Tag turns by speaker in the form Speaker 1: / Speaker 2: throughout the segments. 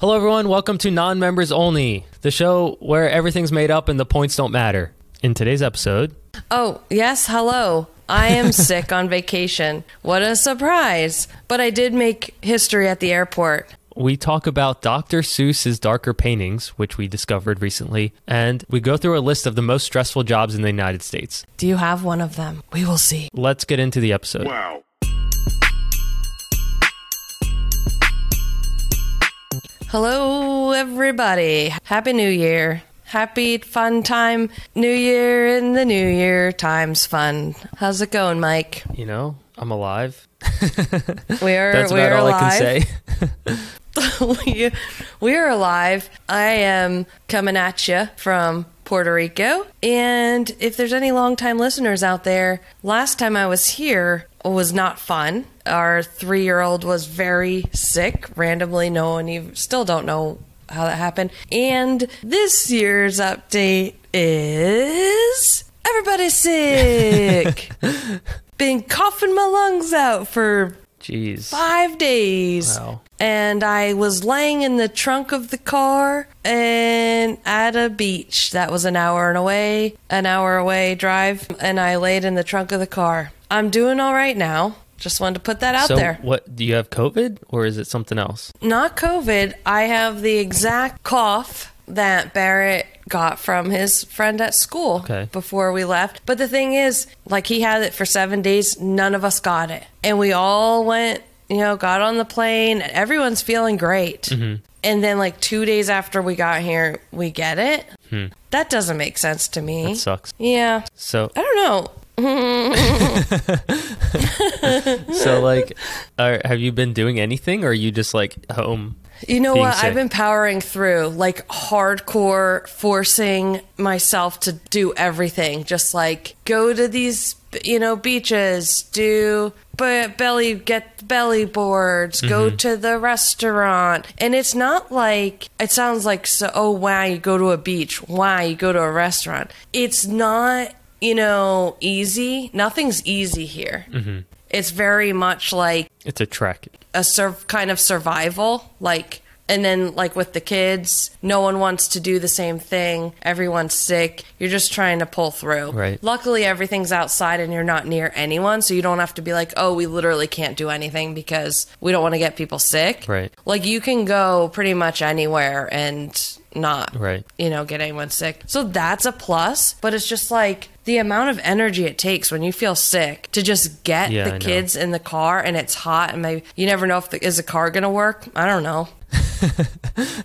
Speaker 1: Hello, everyone. Welcome to Non Members Only, the show where everything's made up and the points don't matter. In today's episode,
Speaker 2: Oh, yes, hello. I am sick on vacation. What a surprise. But I did make history at the airport.
Speaker 1: we talk about Dr. Seuss's darker paintings, which we discovered recently, and we go through a list of the most stressful jobs in the United States.
Speaker 2: Do you have one of them? We will see.
Speaker 1: Let's get into the episode.
Speaker 3: Wow.
Speaker 2: Hello, everybody. Happy New Year. Happy fun time. New Year in the New Year. Time's fun. How's it going, Mike?
Speaker 1: You know, I'm alive.
Speaker 2: We are,
Speaker 1: That's
Speaker 2: we
Speaker 1: about
Speaker 2: are
Speaker 1: all
Speaker 2: alive.
Speaker 1: I can say.
Speaker 2: we, we are alive. I am coming at you from Puerto Rico. And if there's any longtime listeners out there, last time I was here was not fun. Our three year old was very sick randomly. No one even, still don't know how that happened. And this year's update is everybody's sick. Been coughing my lungs out for
Speaker 1: Jeez.
Speaker 2: five days.
Speaker 1: Wow.
Speaker 2: And I was laying in the trunk of the car and at a beach that was an hour and away, an hour away drive. And I laid in the trunk of the car. I'm doing all right now. Just wanted to put that out
Speaker 1: So,
Speaker 2: there.
Speaker 1: what do you have COVID or is it something else?
Speaker 2: Not COVID. I have the exact cough that Barrett got from his friend at school
Speaker 1: Okay.
Speaker 2: before we left. But the thing is, like he had it for seven days, none of us got it. And we all went, you know, got on the plane, and everyone's feeling great. And then, like, two days after we got here, we get it. That doesn't make sense to me.
Speaker 1: It sucks.
Speaker 2: yeah.
Speaker 1: So,
Speaker 2: I don't know.
Speaker 1: so like, are, have you been doing anything or are you just like home?
Speaker 2: You know
Speaker 1: being
Speaker 2: what?
Speaker 1: sick.
Speaker 2: I've been powering through, like hardcore, forcing myself to do everything. Just like go to these, you know, beaches, do be- belly, get belly boards, go
Speaker 1: Mm-hmm.
Speaker 2: to the restaurant. And it's not like it sounds like, so, oh, wow, you go to a beach. Wow, you go to a restaurant. It's not, you know, easy. Nothing's easy here.
Speaker 1: Mm-hmm.
Speaker 2: It's very much like,
Speaker 1: It's a trek.
Speaker 2: a sur- kind of survival like and then like with the kids no one wants to do the same thing everyone's sick you're just trying to pull through
Speaker 1: Right.
Speaker 2: luckily everything's outside and you're not near anyone so you don't have to be like oh we literally can't do anything because we don't want to get people sick
Speaker 1: Right.
Speaker 2: like you can go pretty much anywhere and not
Speaker 1: Right.
Speaker 2: you know, get anyone sick. So that's a plus, but it's just like the amount of energy it takes when you feel sick to just get
Speaker 1: Yeah, I
Speaker 2: the
Speaker 1: know.
Speaker 2: kids in the car and it's hot and maybe you never know if the, is the car going to work. I don't know.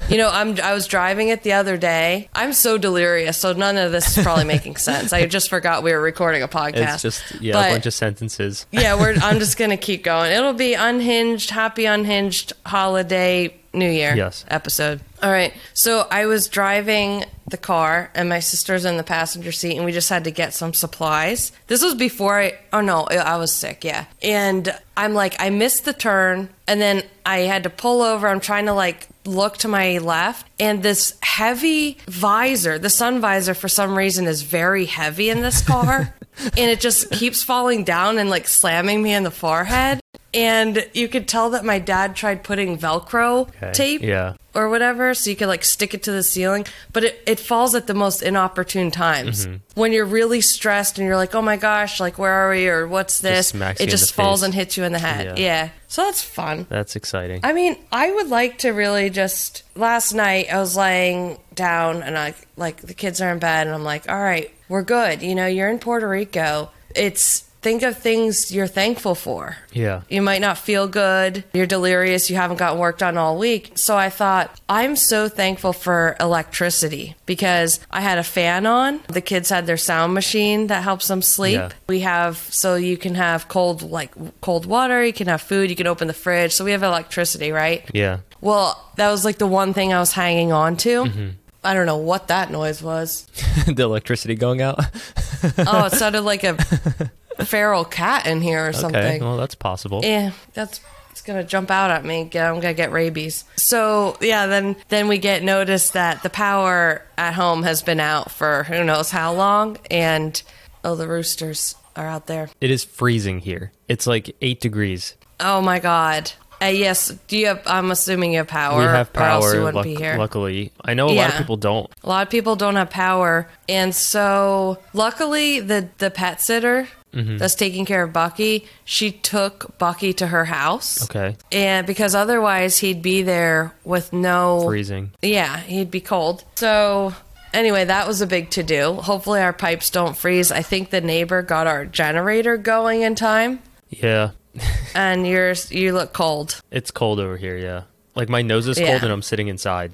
Speaker 2: you know, I'm I was driving it the other day. I'm so delirious, so none of this is probably making sense. I just forgot we were recording a podcast.
Speaker 1: It's just yeah,
Speaker 2: But-
Speaker 1: a bunch of sentences.
Speaker 2: yeah, we're, I'm just gonna keep going. It'll be unhinged, happy unhinged holiday New Year
Speaker 1: Yes.
Speaker 2: episode. All right. So I was driving the car, and my sister's in the passenger seat, and we just had to get some supplies. This was before I. Oh no, I I was sick. Yeah, and I'm like, I missed the turn, and then I had to pull over. I'm trying to like look to my left and this heavy visor the sun visor for some reason is very heavy in this car and it just keeps falling down and like slamming me in the forehead and you could tell that my dad tried putting velcro
Speaker 1: Okay,
Speaker 2: tape
Speaker 1: yeah.
Speaker 2: or whatever so you could like stick it to the ceiling but it, it falls at the most inopportune times
Speaker 1: Mm-hmm.
Speaker 2: when you're really stressed and you're like oh my gosh like where are we or what's this
Speaker 1: smacks you
Speaker 2: it
Speaker 1: in
Speaker 2: just
Speaker 1: the
Speaker 2: falls
Speaker 1: face.
Speaker 2: and hits you in the head
Speaker 1: Yeah.
Speaker 2: yeah, so that's fun
Speaker 1: That's exciting.
Speaker 2: I mean, I would like to really just. Last night, I was laying down, and I like the kids are in bed, and I'm like, "All right, we're good." You know, you're in Puerto Rico. It's think of things you're thankful for.
Speaker 1: Yeah.
Speaker 2: You might not feel good. You're delirious. You haven't gotten work done all week. So I thought, I'm so thankful for electricity because I had a fan on. The kids had their sound machine that helps them sleep.
Speaker 1: Yeah.
Speaker 2: We have, so you can have cold, like cold water, you can have food, you can open the fridge. So we have electricity, right?
Speaker 1: Yeah.
Speaker 2: Well, that was like the one thing I was hanging on to.
Speaker 1: Mm-hmm.
Speaker 2: I don't know what that noise was.
Speaker 1: the electricity going out.
Speaker 2: Oh, it sounded like a feral cat in here or something.
Speaker 1: Okay. Well, that's possible.
Speaker 2: Yeah, Eh, that's it's gonna jump out at me. Get- I'm gonna get rabies. So yeah, then then we get notice that the power at home has been out for who knows how long, and oh, the roosters are out there.
Speaker 1: It is freezing here. It's like eight degrees.
Speaker 2: Oh my god. Uh, yes. Do you have? I'm assuming you have power.
Speaker 1: we have
Speaker 2: Or else
Speaker 1: power.
Speaker 2: you wouldn't
Speaker 1: luck-
Speaker 2: be here.
Speaker 1: Luckily, I know a lot of
Speaker 2: Yeah.
Speaker 1: people don't.
Speaker 2: A lot of people don't have power, and so luckily the the pet sitter
Speaker 1: Mm-hmm.
Speaker 2: that's taking care of Bucky, she took Bucky to her house,
Speaker 1: Okay,
Speaker 2: and because otherwise he'd be there with no
Speaker 1: freezing.
Speaker 2: Yeah, he'd be cold. So anyway, that was a big to do. Hopefully our pipes don't freeze. I think the neighbor got our generator going in time,
Speaker 1: Yeah,
Speaker 2: and you're you look cold.
Speaker 1: it's cold over here. Yeah, like my nose is cold
Speaker 2: Yeah.
Speaker 1: and I'm sitting inside.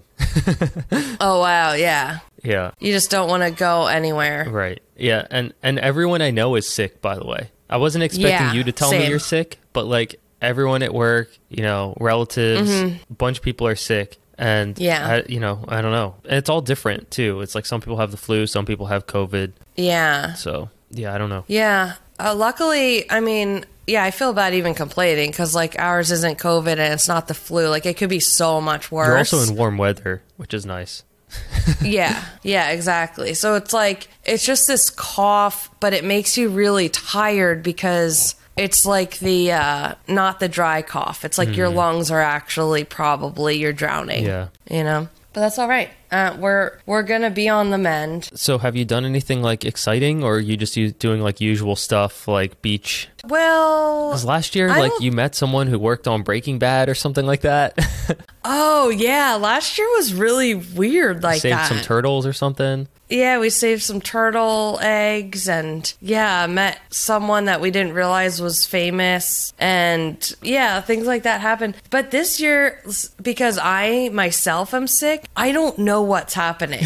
Speaker 2: Oh wow, yeah.
Speaker 1: Yeah,
Speaker 2: You just don't want to go anywhere.
Speaker 1: right. Yeah, and and everyone I know is sick. By the way, I wasn't expecting
Speaker 2: Yeah,
Speaker 1: you to tell me
Speaker 2: same.
Speaker 1: you're sick, but like everyone at work, you know, relatives, a bunch of people are sick. And
Speaker 2: Mm-hmm. Yeah.
Speaker 1: I, you know, I don't know. And it's all different too. It's like some people have the flu, some people have COVID.
Speaker 2: Yeah.
Speaker 1: So yeah, I don't know.
Speaker 2: Yeah. Uh, luckily, I mean, yeah, I feel bad even complaining because like ours isn't COVID and it's not the flu. Like it could be so much
Speaker 1: You're
Speaker 2: worse.
Speaker 1: also in warm weather, which is nice.
Speaker 2: yeah, yeah, exactly. So it's like it's just this cough, but it makes you really tired because it's like the uh, not the dry cough. It's like your lungs are actually probably you're drowning.
Speaker 1: Mm-hmm. Yeah.
Speaker 2: you know. But that's all right. Uh, we're we're gonna be on the mend.
Speaker 1: So, have you done anything like exciting, or are you just u- doing like usual stuff, like beach?
Speaker 2: Well,
Speaker 1: 'Cause last year,
Speaker 2: I
Speaker 1: like
Speaker 2: don't-
Speaker 1: you met someone who worked on Breaking Bad or something like that,
Speaker 2: oh yeah, last year was really weird like
Speaker 1: saved
Speaker 2: that.
Speaker 1: some turtles or something.
Speaker 2: Yeah, we saved some turtle eggs and yeah, met someone that we didn't realize was famous and yeah, things like that happened. But this year s- because I myself am sick, I don't know what's happening.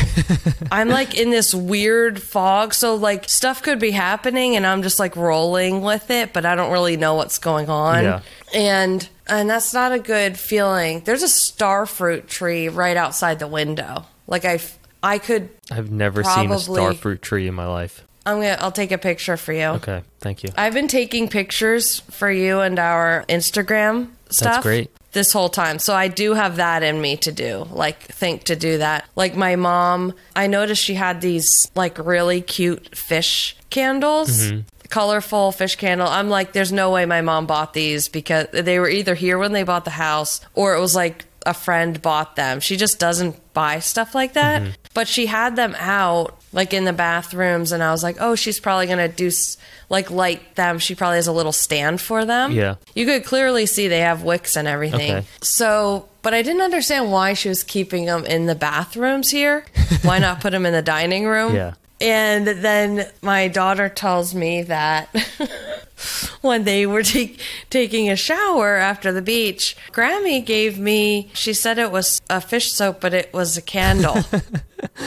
Speaker 2: I'm like in this weird fog, so like stuff could be happening and I'm just like rolling with it, but I don't really know what's going on.
Speaker 1: Yeah.
Speaker 2: And and that's not a good feeling. There's a starfruit tree right outside the window. Like I f- I could
Speaker 1: I've never seen a
Speaker 2: Probably.
Speaker 1: starfruit tree in my life.
Speaker 2: I'm gonna. I'll take a picture for you.
Speaker 1: Okay, thank you.
Speaker 2: I've been taking pictures for you and our Instagram stuff.
Speaker 1: great.
Speaker 2: This whole time, so I do have that in me to do. Like think to do that. Like my mom, I noticed she had these like really cute fish candles. Colorful fish candle. I'm like, there's no way my mom bought these because they were either here when they bought the house or it was like a friend bought them. She just doesn't buy stuff like that. But she had them out like in the bathrooms, and I was like, oh, she's probably gonna do s- like light them. She probably has a little stand for them.
Speaker 1: Yeah.
Speaker 2: you could clearly see they have wicks and everything.
Speaker 1: Okay.
Speaker 2: So, but I didn't understand why she was keeping them in the bathrooms here. why not put them in the dining room?
Speaker 1: Yeah.
Speaker 2: And then my daughter tells me that when they were take, taking a shower after the beach, Grammy gave me, she said it was a fish soap, but it was a candle.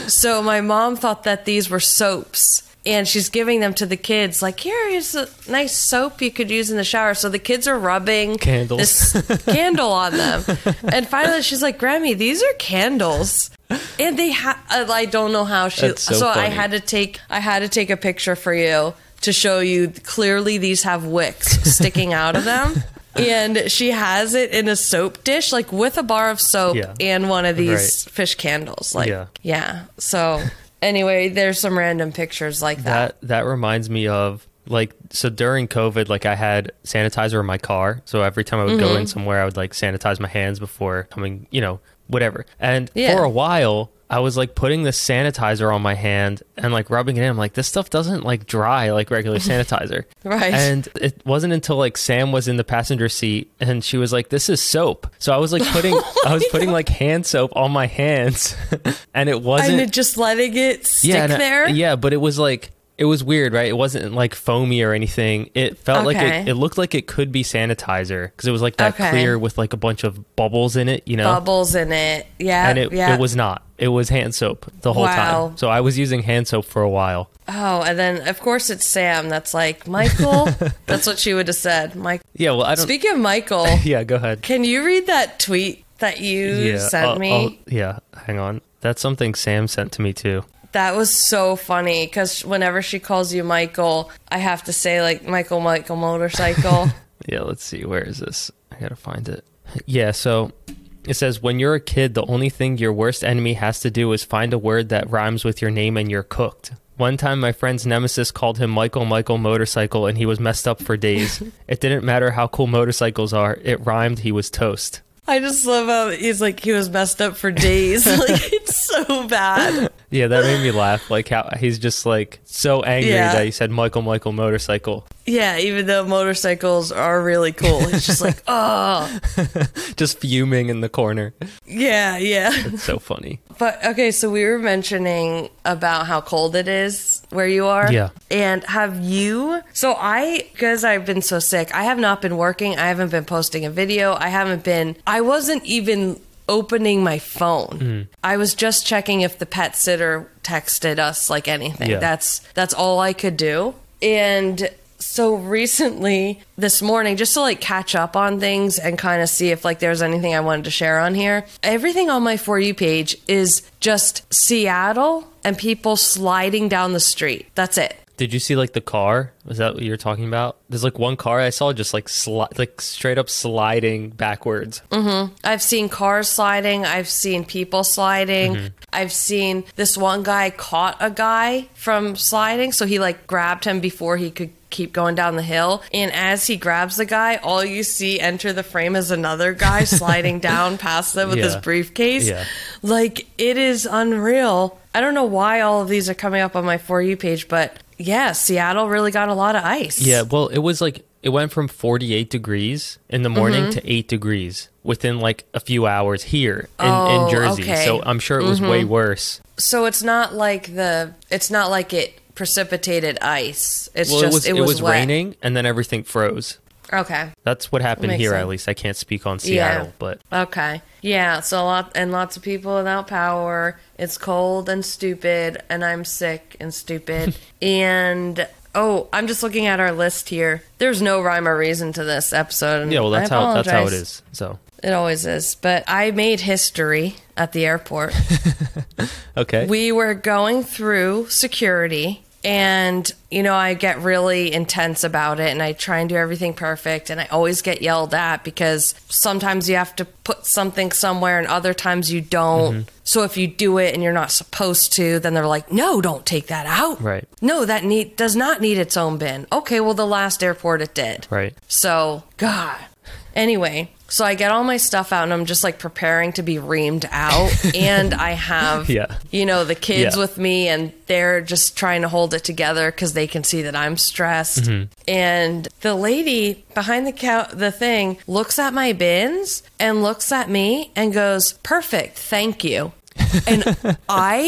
Speaker 2: so my mom thought that these were soaps. And she's giving them to the kids, like, here is a nice soap you could use in the shower. So the kids are rubbing
Speaker 1: Candles.
Speaker 2: this candle on them. And finally, she's like, Grammy, these are candles. And they, ha- uh, I don't know how she.
Speaker 1: That's so
Speaker 2: I
Speaker 1: funny.
Speaker 2: had to take I had to take a picture for you to show you clearly these have wicks sticking out of them. And she has it in a soap dish, like with a bar of soap
Speaker 1: Yeah.
Speaker 2: and one of these
Speaker 1: Right.
Speaker 2: fish candles. Like
Speaker 1: Yeah.
Speaker 2: yeah. So anyway, there's some random pictures like that.
Speaker 1: That that reminds me of like so during COVID, like I had sanitizer in my car. So every time I would
Speaker 2: Mm-hmm.
Speaker 1: go in somewhere, I would like sanitize my hands before coming, you know, whatever. And
Speaker 2: Yeah.
Speaker 1: for a while, I was like putting the sanitizer on my hand and like rubbing it in. I'm like, this stuff doesn't like dry like regular sanitizer.
Speaker 2: Right.
Speaker 1: And it wasn't until like Sam was in the passenger seat and she was like, "This is soap." So I was like putting I was putting like hand soap on my hands, and it wasn't
Speaker 2: And it just letting it stick
Speaker 1: and I-
Speaker 2: there.
Speaker 1: yeah, but it was like it was weird, right? It wasn't like foamy or anything. It felt like it,
Speaker 2: Okay.
Speaker 1: it looked like it could be sanitizer because it was like that
Speaker 2: Okay.
Speaker 1: clear with like a bunch of bubbles in it, you know.
Speaker 2: Bubbles in it. Yeah.
Speaker 1: and it,
Speaker 2: yeah.
Speaker 1: it was not. It was hand soap the whole
Speaker 2: Wow.
Speaker 1: time. So I was using hand soap for a while.
Speaker 2: Oh, and then of course it's Sam that's like, Michael. that's what she would have said. Mike
Speaker 1: Yeah, well, I don't.
Speaker 2: Speaking of Michael,
Speaker 1: yeah, go ahead.
Speaker 2: Can you read that tweet that you
Speaker 1: Yeah,
Speaker 2: sent
Speaker 1: I'll-
Speaker 2: me?
Speaker 1: I'll- yeah, hang on. That's something Sam sent to me too.
Speaker 2: that was so funny because whenever she calls you Michael, I have to say like Michael, Michael motorcycle.
Speaker 1: Yeah, let's see. Where is this? I gotta find it. Yeah, so it says when you're a kid, the only thing your worst enemy has to do is find a word that rhymes with your name and you're cooked. One time, my friend's nemesis called him Michael Michael Motorcycle, and he was messed up for days. it didn't matter how cool motorcycles are, it rhymed he was toast.
Speaker 2: I just love how he's like he was messed up for days. like it's so bad.
Speaker 1: Yeah, that made me laugh. Like how he's just like so angry
Speaker 2: Yeah.
Speaker 1: that he said Michael Michael Motorcycle.
Speaker 2: Yeah, even though motorcycles are really cool, he's just like, oh,
Speaker 1: Just fuming in the corner.
Speaker 2: yeah, yeah.
Speaker 1: It's so funny.
Speaker 2: But okay, so we were mentioning about how cold it is where you are.
Speaker 1: Yeah.
Speaker 2: And have you? So I, because I've been so sick, I have not been working. I haven't been posting a video. I haven't been, I wasn't even opening my phone. I was just checking if the pet sitter texted us like anything.
Speaker 1: Yeah.
Speaker 2: That's, that's all I could do. And, so recently this morning just to like catch up on things and kind of see if like there's anything I wanted to share on here. Everything on my for you page is just Seattle and people sliding down the street. That's it.
Speaker 1: Did you see like the car? Was that what you were talking about? There's like one car I saw just like sli- like straight up sliding backwards.
Speaker 2: Mm. I've seen cars sliding. I've seen people sliding.
Speaker 1: Mm-hmm.
Speaker 2: I've seen this one guy caught a guy from sliding. So he like grabbed him before he could keep going down the hill. And as he grabs the guy, all you see enter the frame is another guy sliding down past them with his
Speaker 1: Yeah.
Speaker 2: briefcase.
Speaker 1: Yeah.
Speaker 2: Like it is unreal. I don't know why all of these are coming up on my For You page, but yeah, Seattle really got a lot of ice.
Speaker 1: Yeah, well, it was like it went from 48 degrees in the morning
Speaker 2: Mm-hmm.
Speaker 1: to 8 degrees within like a few hours here in,
Speaker 2: Oh,
Speaker 1: in Jersey.
Speaker 2: okay. Mm-hmm.
Speaker 1: So I'm sure it was way worse.
Speaker 2: So it's not like the it's not like it precipitated ice. It's
Speaker 1: Well,
Speaker 2: just
Speaker 1: it was it was,
Speaker 2: wet.
Speaker 1: raining and then everything froze.
Speaker 2: Okay.
Speaker 1: That's what happened
Speaker 2: Makes
Speaker 1: here
Speaker 2: sense.
Speaker 1: at least. I can't speak on
Speaker 2: Yeah.
Speaker 1: Seattle, but
Speaker 2: Okay. Yeah, so a lot and lots of people without power. It's cold and stupid and I'm sick and stupid. and oh, I'm just looking at our list here. There's no rhyme or reason to this episode. and
Speaker 1: yeah, well
Speaker 2: I
Speaker 1: that's how that's how it
Speaker 2: apologize.
Speaker 1: is. So,
Speaker 2: It always is. But I made history at the airport.
Speaker 1: okay.
Speaker 2: We were going through security and you know I get really intense about it and I try and do everything perfect and I always get yelled at because sometimes you have to put something somewhere and other times you don't.
Speaker 1: Mm-hmm.
Speaker 2: So if you do it and you're not supposed to, then they're like, "No, don't take that out."
Speaker 1: Right.
Speaker 2: No, that need does not need its own bin. Okay, well the last airport it did.
Speaker 1: right.
Speaker 2: So, God. Anyway, so I get all my stuff out and I'm just like preparing to be reamed out. and I have,
Speaker 1: Yeah.
Speaker 2: you know, the kids
Speaker 1: Yeah.
Speaker 2: with me and they're just trying to hold it together because they can see that I'm stressed.
Speaker 1: Mm-hmm.
Speaker 2: And the lady behind the cou- the thing looks at my bins and looks at me and goes, "Perfect, thank you." And I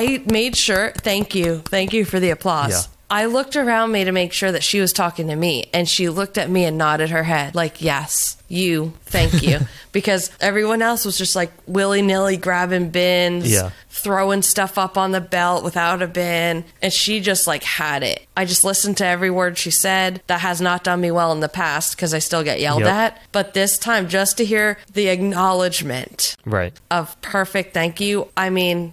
Speaker 2: I made sure, thank you, thank you for the applause.
Speaker 1: Yeah.
Speaker 2: I looked around me to make sure that she was talking to me, and she looked at me and nodded her head, like, yes, you, thank you. because everyone else was just like willy nilly grabbing bins,
Speaker 1: Yeah.
Speaker 2: throwing stuff up on the belt without a bin, and she just like had it. I just listened to every word she said. That has not done me well in the past because I still get yelled
Speaker 1: Yep.
Speaker 2: at. But this time, just to hear the acknowledgement
Speaker 1: Right.
Speaker 2: of perfect thank you. I mean,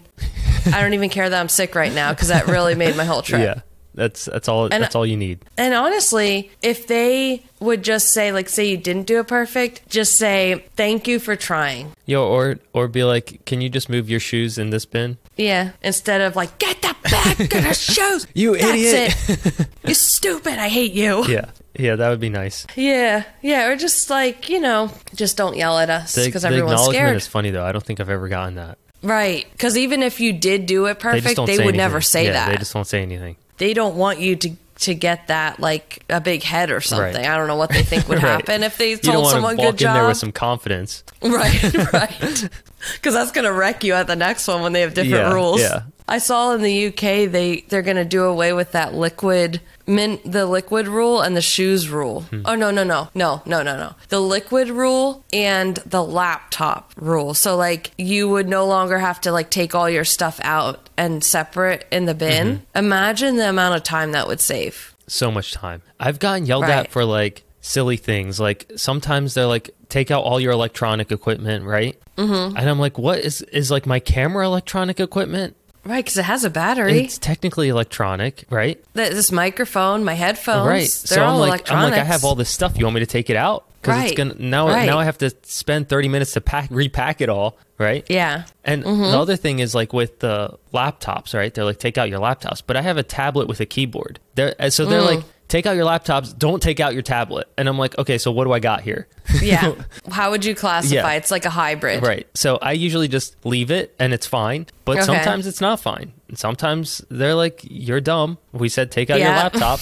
Speaker 2: I don't even care that I'm sick right now because that really made my whole trip.
Speaker 1: Yeah. That's that's all that's all you need.
Speaker 2: And honestly, if they would just say, like, say you didn't do it perfect, just say thank you for trying.
Speaker 1: Yo, or or be like, "Can you just move your shoes in this bin?"
Speaker 2: Yeah. Instead of like, get the back of the shoes.
Speaker 1: You idiot.
Speaker 2: It. You stupid. I hate you. Yeah.
Speaker 1: Yeah. Yeah, that would be nice.
Speaker 2: yeah. Or just like, you know, just don't yell at us
Speaker 1: The,
Speaker 2: because
Speaker 1: the
Speaker 2: everyone's
Speaker 1: acknowledgement
Speaker 2: scared.
Speaker 1: is funny though. I don't think I've ever gotten that.
Speaker 2: right. Because even if you did do it
Speaker 1: They just
Speaker 2: perfect,
Speaker 1: don't
Speaker 2: they,
Speaker 1: say
Speaker 2: would
Speaker 1: anything.
Speaker 2: never say
Speaker 1: yeah,
Speaker 2: that.
Speaker 1: They just don't say anything.
Speaker 2: they don't want you to to get that like a big head or something.
Speaker 1: Right.
Speaker 2: I don't know what they think would
Speaker 1: Right.
Speaker 2: happen if they
Speaker 1: you don't
Speaker 2: told
Speaker 1: wanna
Speaker 2: someone
Speaker 1: walk
Speaker 2: good
Speaker 1: in there
Speaker 2: job.
Speaker 1: with some confidence.
Speaker 2: right, right. Because that's gonna wreck you at the next one when they have different
Speaker 1: Yeah,
Speaker 2: rules.
Speaker 1: yeah.
Speaker 2: I saw in the UK they they're gonna do away with that liquid min the liquid rule and the shoes rule.
Speaker 1: Hmm.
Speaker 2: Oh no no no no no no no the liquid rule and the laptop rule. So like you would no longer have to like take all your stuff out and separate in the bin.
Speaker 1: Mm-hmm.
Speaker 2: Imagine the amount of time that would save.
Speaker 1: So much time. I've gotten yelled
Speaker 2: Right.
Speaker 1: at for like silly things. Like sometimes they're like, "Take out all your electronic equipment," right? Mm-hmm. And I'm like, "What is is like my camera electronic equipment?"
Speaker 2: Right, because it has a battery.
Speaker 1: It's technically electronic, right?
Speaker 2: Th- this microphone, my headphones,
Speaker 1: right.
Speaker 2: they're
Speaker 1: So
Speaker 2: all
Speaker 1: I'm like, I'm
Speaker 2: electronics.
Speaker 1: like, I have all this stuff. You want me to take it out? Because
Speaker 2: Right.
Speaker 1: it's gonna now.
Speaker 2: Right.
Speaker 1: Now I have to spend 30 minutes to pack, repack it all, right?
Speaker 2: Yeah.
Speaker 1: And
Speaker 2: Mm-hmm.
Speaker 1: the other thing is like with the laptops, right? They're like, take out your laptops. But I have a tablet with a keyboard. They're, and so they're
Speaker 2: Mm.
Speaker 1: like, take out your laptops. Don't take out your tablet. And I'm like, okay, so what do I got here?
Speaker 2: Yeah. How would you classify?
Speaker 1: Yeah.
Speaker 2: It's like a hybrid.
Speaker 1: Right. So I usually just leave it and it's fine, but
Speaker 2: Okay.
Speaker 1: sometimes it's not fine. And sometimes they're like, you're dumb. We said take out your
Speaker 2: Yeah.
Speaker 1: laptop.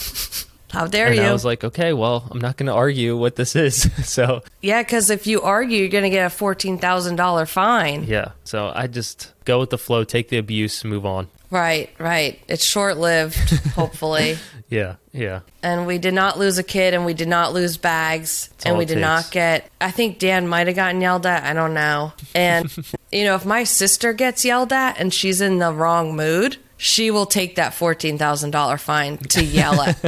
Speaker 2: How dare
Speaker 1: and
Speaker 2: you?
Speaker 1: I was like, okay, well, I'm not going to argue what this is. so
Speaker 2: yeah, because if you argue, you're going to get a $14,000 fine.
Speaker 1: yeah. So I just go with the flow, take the abuse, move on.
Speaker 2: Right, right. It's short lived, hopefully.
Speaker 1: Yeah. Yeah.
Speaker 2: And we did not lose a kid and we did not lose bags and
Speaker 1: all
Speaker 2: we
Speaker 1: it
Speaker 2: did
Speaker 1: takes.
Speaker 2: not get I think Dan might have gotten yelled at, I don't know. And you know, if my sister gets yelled at and she's in the wrong mood, she will take that fourteen thousand dollar fine to yell at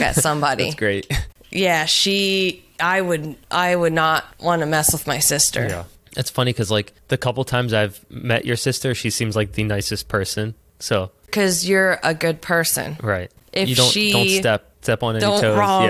Speaker 2: at somebody.
Speaker 1: It's great.
Speaker 2: Yeah, she I would I would not want to mess with my sister.
Speaker 1: Yeah. It's funny because, like, the couple times I've met your sister, she seems like the nicest person. So,
Speaker 2: Cause you're a good person.
Speaker 1: right.
Speaker 2: If
Speaker 1: you don't,
Speaker 2: she-
Speaker 1: don't step step on any
Speaker 2: Don't
Speaker 1: Mm, toes.
Speaker 2: wrong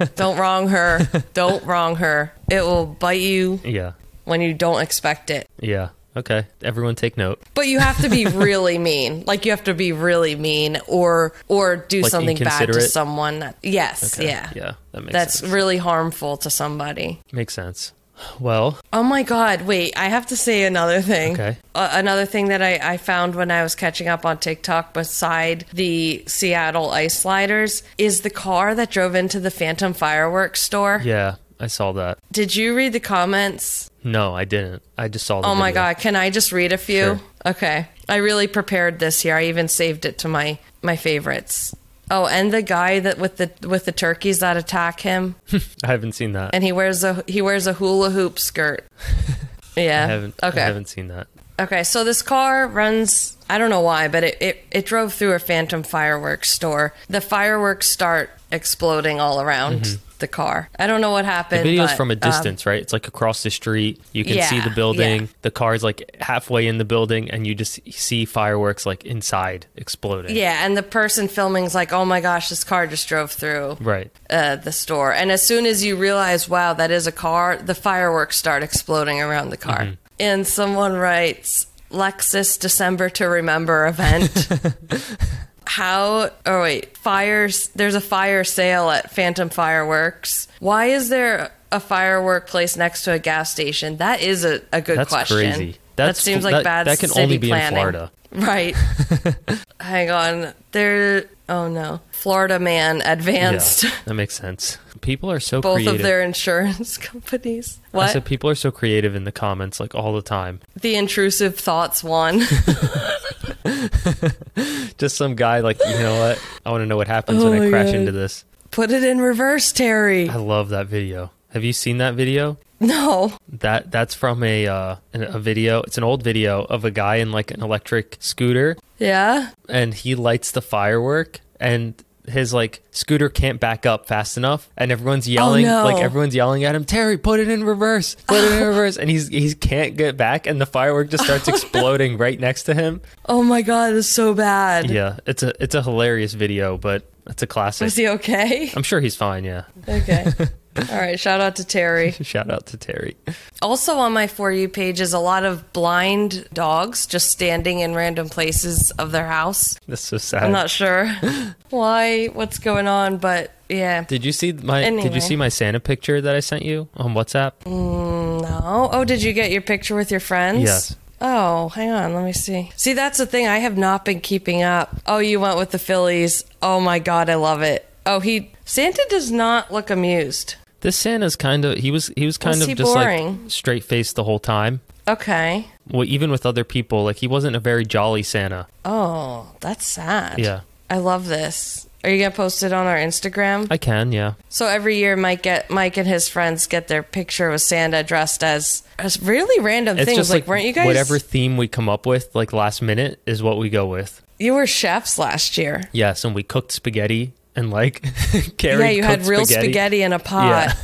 Speaker 1: Yeah.
Speaker 2: don't wrong her. Don't wrong her. It will bite you
Speaker 1: yeah.
Speaker 2: when you don't expect it.
Speaker 1: Yeah. Okay. Everyone take note.
Speaker 2: But you have to be really mean. Like you have to be really mean or or do
Speaker 1: Like
Speaker 2: something bad to
Speaker 1: inconsiderate?
Speaker 2: someone. that- Yes,
Speaker 1: Okay.
Speaker 2: yeah.
Speaker 1: Yeah. That makes
Speaker 2: That's
Speaker 1: sense.
Speaker 2: really harmful to somebody.
Speaker 1: makes sense. Well,
Speaker 2: Oh my God, wait, I have to say another thing.
Speaker 1: Okay.
Speaker 2: Uh, another thing that I, I found when I was catching up on TikTok beside the Seattle ice sliders is the car that drove into the Phantom Fireworks store.
Speaker 1: yeah. I saw that.
Speaker 2: Did you read the comments?
Speaker 1: No, I didn't. I just saw. The
Speaker 2: Oh my
Speaker 1: video.
Speaker 2: god, can I just read a few?
Speaker 1: Sure.
Speaker 2: Okay. I really prepared this here. I even saved it to my my favorites. Oh, and the guy that with the with the turkeys that attack him
Speaker 1: I haven't seen that.
Speaker 2: and he wears a he wears a hula hoop skirt. Yeah.
Speaker 1: I haven't.
Speaker 2: okay.
Speaker 1: I haven't seen that.
Speaker 2: Okay, so this car runs. I don't know why, but it, it, it drove through a phantom fireworks store. The fireworks start exploding all around the car. I don't know what happened.
Speaker 1: Mm-hmm. The video's
Speaker 2: but,
Speaker 1: from a
Speaker 2: um,
Speaker 1: distance, right? It's like across the street. You can see
Speaker 2: Yeah,
Speaker 1: the building. The car's like halfway in the building, and you just see fireworks like inside exploding.
Speaker 2: yeah, and the person filming's like, "Oh my gosh, this car just drove through."
Speaker 1: Right.
Speaker 2: uh, the store. And as soon as you realize, wow, that is a car, the fireworks start exploding around the car.
Speaker 1: Mm-hmm.
Speaker 2: And someone writes, Lexus December to Remember event. How, oh wait, fires, there's a fire sale at Phantom Fireworks. Why is there a firework place next to a gas station? That is a, a good
Speaker 1: That's
Speaker 2: question.
Speaker 1: crazy.
Speaker 2: that
Speaker 1: That's-
Speaker 2: seems like
Speaker 1: that-
Speaker 2: bad
Speaker 1: that can
Speaker 2: city
Speaker 1: only be in
Speaker 2: planning.
Speaker 1: Florida.
Speaker 2: Right. Hang on. There, oh no. Florida man
Speaker 1: Yeah,
Speaker 2: advanced
Speaker 1: that makes sense. People are so
Speaker 2: both
Speaker 1: creative.
Speaker 2: of their insurance companies.
Speaker 1: I
Speaker 2: What?
Speaker 1: said people are so creative in the comments, like all the time.
Speaker 2: the intrusive thoughts one.
Speaker 1: Just some guy, like you know what? I want to know what happens when I
Speaker 2: Oh my
Speaker 1: crash
Speaker 2: God.
Speaker 1: into this.
Speaker 2: Put it in reverse, Terry.
Speaker 1: I love that video. Have you seen that video?
Speaker 2: No.
Speaker 1: That that's from a uh, an- a video. It's an old video of a guy in like an electric scooter,
Speaker 2: Yeah.
Speaker 1: and he lights the firework and his like scooter can't back up fast enough and everyone's yelling
Speaker 2: Oh, no.
Speaker 1: like everyone's yelling at him terry put it in reverse put it in reverse and he's he can't get back and the firework just starts exploding right next to him
Speaker 2: Oh my god, it's so bad.
Speaker 1: yeah it's a it's a hilarious video but it's a classic
Speaker 2: Is he okay?
Speaker 1: i'm sure he's fine yeah
Speaker 2: Okay. All right, shout out to Terry.
Speaker 1: shout out to terry
Speaker 2: Also on my for you page is a lot of blind dogs just standing in random places of their house.
Speaker 1: that's so sad
Speaker 2: I'm not sure why, what's going on, but yeah.
Speaker 1: did you see my did
Speaker 2: Anyway.
Speaker 1: you see my santa picture that i sent you on whatsapp
Speaker 2: No. Oh, did you get your picture with your friends?
Speaker 1: Yes.
Speaker 2: Oh, hang on. Let me see. See, that's the thing. I have not been keeping up. Oh, you went with the Phillies. Oh my God, I love it. Oh, he Santa does not look amused.
Speaker 1: this santa's kind of he was he was kind
Speaker 2: Was
Speaker 1: of
Speaker 2: he
Speaker 1: just
Speaker 2: boring?
Speaker 1: like straight faced the whole time
Speaker 2: Okay.
Speaker 1: well, even with other people, like he wasn't a very jolly Santa.
Speaker 2: Oh, that's sad.
Speaker 1: Yeah.
Speaker 2: I love this. Are you gonna post it on our Instagram?
Speaker 1: I can, yeah.
Speaker 2: so every year, Mike get Mike and his friends get their picture with Santa dressed as, as really random
Speaker 1: It's
Speaker 2: things.
Speaker 1: just
Speaker 2: like,
Speaker 1: like
Speaker 2: weren't you guys?
Speaker 1: whatever theme we come up with, like last minute, is what we go with.
Speaker 2: you were chefs last year.
Speaker 1: Yes, and we cooked spaghetti and like Carrie.
Speaker 2: yeah, you had
Speaker 1: cooked
Speaker 2: real spaghetti. in a pot.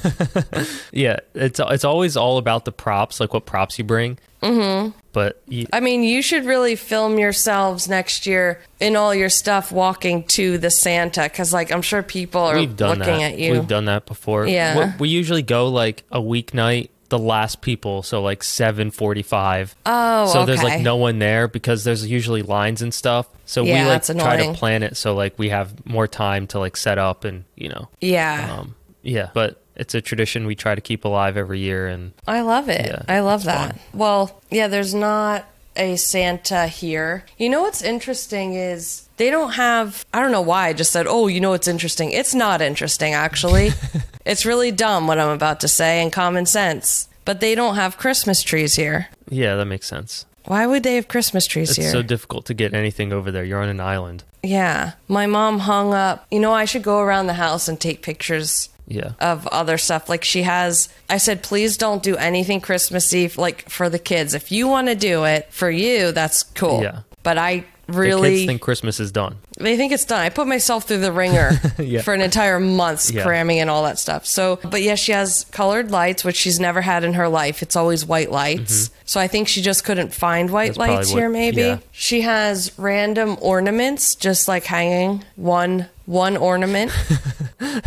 Speaker 1: Yeah, it's it's always all about the props, like what props you bring.
Speaker 2: Mm-hmm.
Speaker 1: But you,
Speaker 2: I mean, you should really film yourselves next year in all your stuff walking to the Santa because, like, I'm sure people are
Speaker 1: we've done
Speaker 2: looking
Speaker 1: that.
Speaker 2: at you.
Speaker 1: We've done that before.
Speaker 2: Yeah.
Speaker 1: What- We, usually go like a weeknight, the last people, so like seven forty-five.
Speaker 2: Oh,
Speaker 1: so there's
Speaker 2: okay.
Speaker 1: like no one there because there's usually lines and stuff. So
Speaker 2: Yeah,
Speaker 1: we like
Speaker 2: that's
Speaker 1: try to
Speaker 2: annoying.
Speaker 1: plan it so like we have more time to like set up and you know.
Speaker 2: yeah,
Speaker 1: Um, yeah, but it's a tradition we try to keep alive every year, and
Speaker 2: I love it.
Speaker 1: yeah,
Speaker 2: I love
Speaker 1: it's
Speaker 2: that.
Speaker 1: fun.
Speaker 2: Well, yeah, there's not a Santa here. You know what's interesting is they don't have. I don't know why I just said, "Oh, you know what's interesting." It's not interesting, actually. it's really dumb what I'm about to say and common sense. But they don't have Christmas trees here.
Speaker 1: yeah, that makes sense.
Speaker 2: Why would they have Christmas trees
Speaker 1: It's
Speaker 2: here?
Speaker 1: so difficult to get anything over there. You're on an island.
Speaker 2: Yeah. My mom hung up. You know, I should go around the house and take pictures
Speaker 1: Yeah.
Speaker 2: of other stuff. Like she has, I said, please don't do anything Christmassy, like for the kids. If you want to do it for you, that's cool.
Speaker 1: Yeah.
Speaker 2: But I
Speaker 1: The
Speaker 2: really,
Speaker 1: kids think Christmas is done.
Speaker 2: they think it's done. I put myself through the ringer
Speaker 1: Yeah.
Speaker 2: for an entire month
Speaker 1: Yeah.
Speaker 2: cramming and all that stuff. So, but yeah, she has colored lights, which she's never had in her life. It's always white lights. So I think she just couldn't find white
Speaker 1: Mm-hmm. That's probably
Speaker 2: lights
Speaker 1: what-
Speaker 2: here. Maybe
Speaker 1: yeah.
Speaker 2: she has random ornaments, just like hanging one one ornament,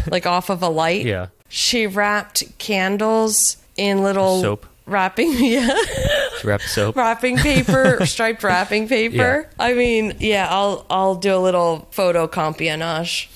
Speaker 2: like off of a light.
Speaker 1: Yeah.
Speaker 2: She wrapped candles in little
Speaker 1: Soap.
Speaker 2: wrapping. Yeah
Speaker 1: To wrap this up.
Speaker 2: wrapping paper, striped wrapping paper. I mean, yeah, I'll I'll do a little photo compagnonnage.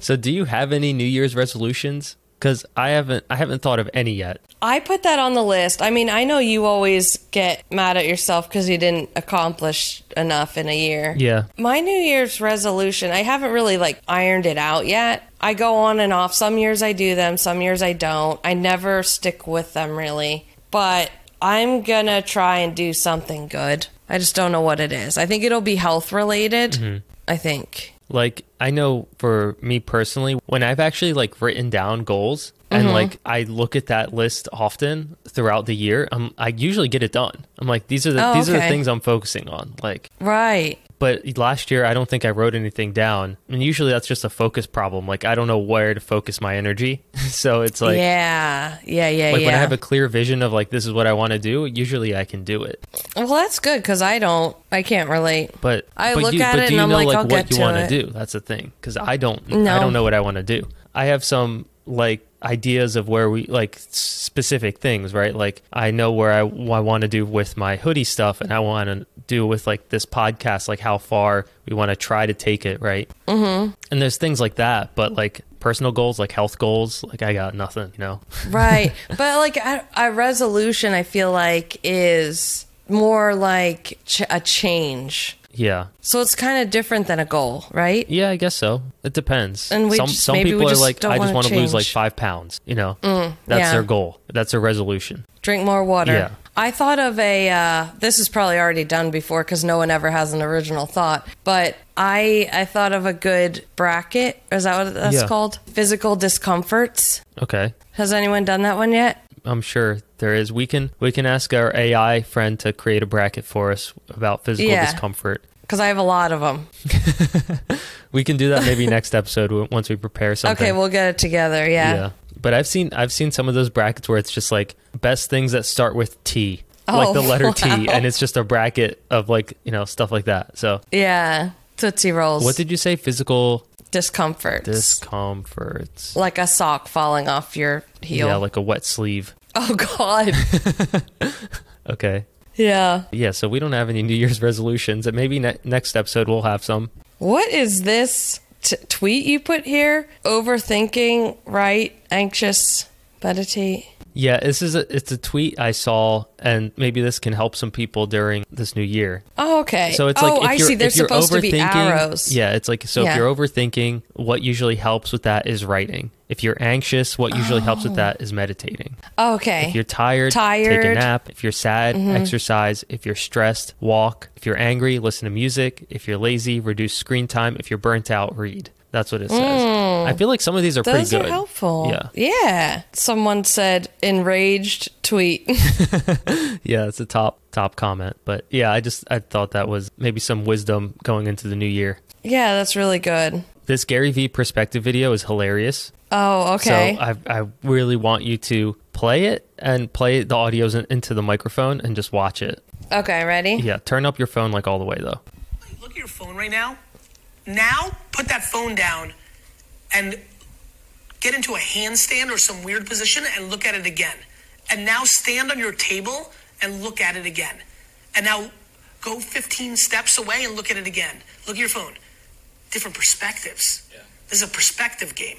Speaker 1: So, do you have any New Year's resolutions? Because I haven't, I haven't thought of any yet.
Speaker 2: I put that on the list. I mean, I know you always get mad at yourself because you didn't accomplish enough in a year.
Speaker 1: Yeah.
Speaker 2: My New Year's resolution, I haven't really like ironed it out yet. I go on and off. Some years I do them, some years I don't. I never stick with them really. But I'm going to try and do something good. I just don't know what it is. I think it'll be health related. I think.
Speaker 1: Like, I know for me personally, when I've actually like written down goals and
Speaker 2: Mm-hmm.
Speaker 1: like I look at that list often throughout the year, I'm, I usually get it done. I'm like, these are the
Speaker 2: Oh,
Speaker 1: these are the
Speaker 2: okay.
Speaker 1: things I'm focusing on. Like,
Speaker 2: Right.
Speaker 1: but last year I don't think I wrote anything down. And usually that's just a focus problem. Like I don't know where to focus my energy. so it's like
Speaker 2: yeah. Yeah, yeah,
Speaker 1: like
Speaker 2: yeah.
Speaker 1: when I have a clear vision of like this is what I want to do, usually I can do it.
Speaker 2: well, that's good cuz I don't I can't relate.
Speaker 1: But
Speaker 2: I
Speaker 1: but
Speaker 2: look
Speaker 1: you,
Speaker 2: at
Speaker 1: but
Speaker 2: it
Speaker 1: do you
Speaker 2: and I'm
Speaker 1: know
Speaker 2: like,
Speaker 1: like
Speaker 2: I'll
Speaker 1: what
Speaker 2: get
Speaker 1: you
Speaker 2: to
Speaker 1: want
Speaker 2: it.
Speaker 1: do? That's the thing because I don't.
Speaker 2: No.
Speaker 1: I don't know what I want to do. I have some like ideas of where we like s- specific things, right? Like I know where I, want to do with my hoodie stuff, and I want to do with like this podcast, like how far we want to try to take it, right? Mm-hmm. And there's things like that, but like personal goals, like health goals, like I got nothing, you know.
Speaker 2: right but like a, a resolution i feel like is more like ch- a change
Speaker 1: Yeah,
Speaker 2: so it's kind of different than a goal right
Speaker 1: yeah, I guess so. It depends.
Speaker 2: And we
Speaker 1: some
Speaker 2: just-
Speaker 1: some
Speaker 2: maybe we
Speaker 1: people are
Speaker 2: just
Speaker 1: like,
Speaker 2: don't
Speaker 1: I
Speaker 2: wanna
Speaker 1: just want to lose like
Speaker 2: change. Mm,
Speaker 1: five pounds. You know, that's
Speaker 2: yeah.
Speaker 1: their goal. That's their resolution.
Speaker 2: drink more water
Speaker 1: Yeah.
Speaker 2: i thought of a uh, this is probably already done before because no one ever has an original thought but i i thought of a good bracket is that what that's
Speaker 1: Yeah.
Speaker 2: called physical discomforts
Speaker 1: Okay.
Speaker 2: has anyone done that one yet
Speaker 1: I'm sure there is. We can we can ask our AI friend to create a bracket for us about physical
Speaker 2: Yeah.
Speaker 1: discomfort.
Speaker 2: because i have a lot of them
Speaker 1: We can do that maybe next episode w- once we prepare something.
Speaker 2: okay we'll get it together yeah,
Speaker 1: yeah. But I've seen I've seen some of those brackets where it's just like best things that start with T,
Speaker 2: Oh,
Speaker 1: like the letter
Speaker 2: wow.
Speaker 1: T, and it's just a bracket of like you know stuff like that. So
Speaker 2: yeah. tootsie rolls
Speaker 1: what did you say? Physical
Speaker 2: discomforts
Speaker 1: discomforts.
Speaker 2: like a sock falling off your heel.
Speaker 1: Yeah, like a wet sleeve.
Speaker 2: oh God.
Speaker 1: Okay.
Speaker 2: yeah.
Speaker 1: Yeah, so we don't have any New Year's resolutions, and maybe ne- next episode we'll have some.
Speaker 2: What is this t- tweet you put here? Overthinking, right? Anxious, meditate.
Speaker 1: Yeah, this is a it's a tweet I saw, and maybe this can help some people during this new year.
Speaker 2: Oh, okay.
Speaker 1: So it's
Speaker 2: oh,
Speaker 1: like if
Speaker 2: I
Speaker 1: you're,
Speaker 2: see. They're
Speaker 1: if you're
Speaker 2: supposed to be
Speaker 1: overthinking-
Speaker 2: arrows.
Speaker 1: Yeah, it's like so
Speaker 2: Yeah.
Speaker 1: if you're overthinking, what usually helps with that is writing. If you're anxious, what usually helps
Speaker 2: Oh.
Speaker 1: with that is meditating.
Speaker 2: Okay.
Speaker 1: If you're tired, take a
Speaker 2: Tired. Mm-hmm.
Speaker 1: nap. If you're sad, exercise. If you're stressed, walk. If you're angry, listen to music. If you're lazy, reduce screen time. If you're burnt out, read. That's what it says. I feel like some of these are
Speaker 2: Mm. Those
Speaker 1: pretty
Speaker 2: are
Speaker 1: good.
Speaker 2: helpful.
Speaker 1: Yeah.
Speaker 2: Yeah. Someone said enraged tweet.
Speaker 1: Yeah, it's a top top comment. But yeah, I just I thought that was maybe some wisdom going into the new year.
Speaker 2: yeah, that's really good.
Speaker 1: This Gary Vee perspective video is hilarious.
Speaker 2: Oh, okay.
Speaker 1: So I, I really want you to play it and play the audios in, into the microphone and just watch it.
Speaker 2: okay, ready?
Speaker 1: Yeah, turn up your phone like all the way though.
Speaker 3: Look at your phone right now. Now, put that phone down and get into a handstand or some weird position and look at it again. And now stand on your table and look at it again. And now go 15 steps away and look at it again. Look at your phone. Different perspectives. This is a perspective game.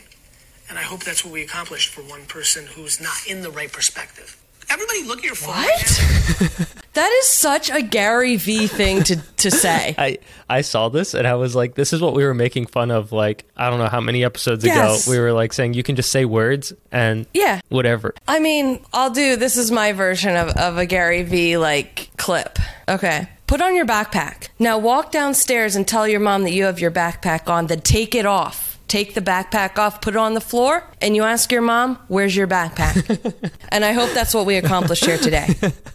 Speaker 3: And I hope that's what we accomplished for one person who's not in the right perspective. Everybody, look at your phone. right
Speaker 2: What?
Speaker 3: now.
Speaker 2: That is such a Gary V thing to, to say.
Speaker 1: I I saw this and I was like, this is what we were making fun of. Like I don't know how many episodes
Speaker 2: Yes.
Speaker 1: ago we were like saying you can just say words and
Speaker 2: Yeah.
Speaker 1: whatever.
Speaker 2: I mean, I'll do this is my version of, of a Gary V like clip. Okay. Put on your backpack. Now walk downstairs and tell your mom that you have your backpack on, then take it off. Take the backpack off, put it on the floor, and you ask your mom, Where's your backpack? and I hope that's what we accomplished here today.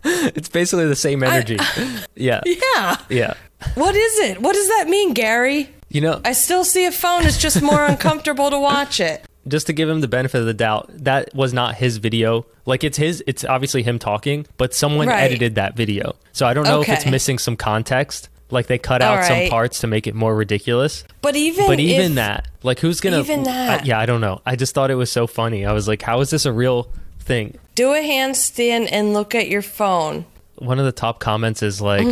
Speaker 1: It's basically the same energy. yeah,
Speaker 2: Yeah.
Speaker 1: yeah.
Speaker 2: What is it? What does that mean, Gary?
Speaker 1: You know,
Speaker 2: I still see a phone. It's just more uncomfortable to watch it.
Speaker 1: just to give him the benefit of the doubt, that was not his video. Like it's his, it's obviously him talking, but someone
Speaker 2: Right.
Speaker 1: edited that video. So I don't know if
Speaker 2: Okay.
Speaker 1: it's missing some context. Like they cut out some
Speaker 2: Alright.
Speaker 1: parts to make it more ridiculous.
Speaker 2: But even
Speaker 1: But even
Speaker 2: if-
Speaker 1: that, like who's gonna?
Speaker 2: Even that.
Speaker 1: I- yeah, I don't know. I just thought it was so funny. I was like, how is this a real thing?
Speaker 2: do a handstand and look at your phone.
Speaker 1: One of the top comments is like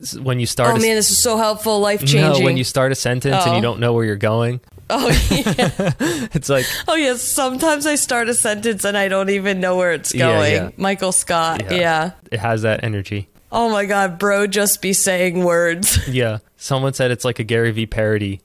Speaker 1: s- when you
Speaker 2: Oh
Speaker 1: start. a,
Speaker 2: man, this is so helpful, life
Speaker 1: no,
Speaker 2: changing.
Speaker 1: when you start a sentence and
Speaker 2: Oh.
Speaker 1: you don't know where you're going,
Speaker 2: oh, yeah.
Speaker 1: it's like
Speaker 2: oh yes. Sometimes I start a sentence and I don't even know where it's
Speaker 1: Yeah,
Speaker 2: going.
Speaker 1: yeah.
Speaker 2: Michael Scott. Yeah.
Speaker 1: it has that energy.
Speaker 2: Oh my God, bro, just be saying words.
Speaker 1: Yeah, someone said it's like a Gary Vee parody.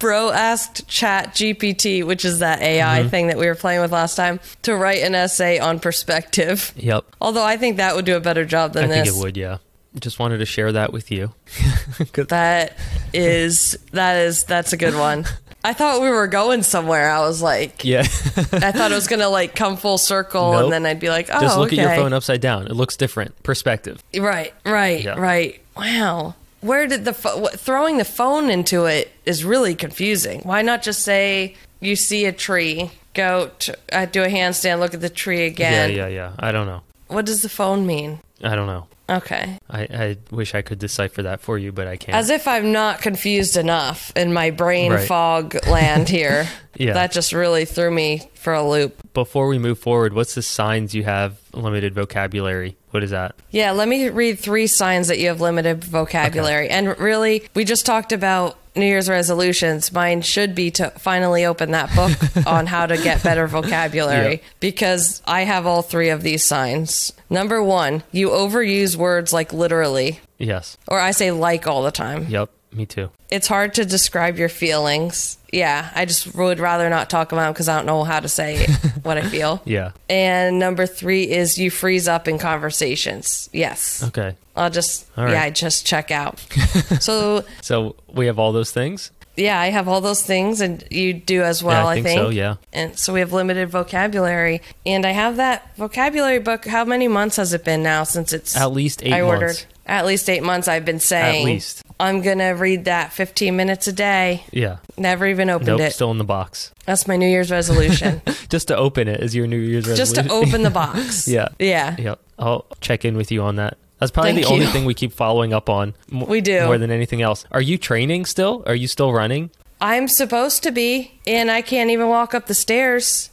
Speaker 2: bro asked Chat GPT, which is that AI
Speaker 1: Mm-hmm.
Speaker 2: thing that we were playing with last time, to write an essay on perspective.
Speaker 1: Yep.
Speaker 2: Although I think that would do a better job than
Speaker 1: I
Speaker 2: this.
Speaker 1: think it would, yeah. Just wanted to share that with you.
Speaker 2: That is that is that's a good one. I thought we were going somewhere. I was like,
Speaker 1: Yeah.
Speaker 2: I thought it was gonna like come full circle,
Speaker 1: Nope.
Speaker 2: and then I'd be like, oh,
Speaker 1: Just look
Speaker 2: okay.
Speaker 1: at your phone upside down. It looks different. Perspective.
Speaker 2: Right, right,
Speaker 1: Yeah.
Speaker 2: right. Wow. Where did the pho- what, throwing the phone into it is really confusing. Why not just say you see a tree, go t uh, do a handstand, look at the tree again.
Speaker 1: yeah, yeah, yeah. I don't know.
Speaker 2: What does the phone mean?
Speaker 1: I don't know.
Speaker 2: Okay.
Speaker 1: I, I wish I could decipher that for you, but I can't.
Speaker 2: As if I'm not confused enough in my brain
Speaker 1: Right.
Speaker 2: fog land here.
Speaker 1: Yeah.
Speaker 2: That just really threw me for a loop.
Speaker 1: Before we move forward, what's the signs you have limited vocabulary? What is that?
Speaker 2: Yeah, let me read three signs that you have limited vocabulary. And really, we just talked about New Year's resolutions. Mine should be to finally open that book on how to get better vocabulary
Speaker 1: Yeah.
Speaker 2: because I have all three of these signs. Number one, you overuse words like literally,
Speaker 1: Yes.
Speaker 2: or I say like all the time.
Speaker 1: Yep. Me too.
Speaker 2: It's hard to describe your feelings. Yeah, I just would rather not talk about because I don't know how to say what I feel.
Speaker 1: Yeah.
Speaker 2: And number three is you freeze up in conversations. Yes.
Speaker 1: Okay.
Speaker 2: I'll just
Speaker 1: All right.
Speaker 2: yeah, I just check out. so
Speaker 1: So we have all those things?
Speaker 2: yeah, I have all those things, and you do as well.
Speaker 1: Yeah, I
Speaker 2: I,
Speaker 1: think so, yeah.
Speaker 2: And so we have limited vocabulary, and I have that vocabulary book. How many months has it been now since it's
Speaker 1: At least eight
Speaker 2: I ordered
Speaker 1: months.
Speaker 2: at least eight months. I've been saying
Speaker 1: least.
Speaker 2: I'm gonna read that 15 minutes a day.
Speaker 1: Yeah.
Speaker 2: Never even opened
Speaker 1: Nope.
Speaker 2: it.
Speaker 1: Still in the box.
Speaker 2: That's my New Year's resolution.
Speaker 1: Just to open it is your New Year's
Speaker 2: Just
Speaker 1: resolution.
Speaker 2: to open the box.
Speaker 1: Yeah.
Speaker 2: Yeah.
Speaker 1: Yep. I'll check in with you on that. That's probably
Speaker 2: Thank
Speaker 1: the only
Speaker 2: you.
Speaker 1: thing we keep following up on. m-
Speaker 2: We do.
Speaker 1: More than anything else. Are you training still? Are you still running?
Speaker 2: I'm supposed to be, and I can't even walk up the stairs.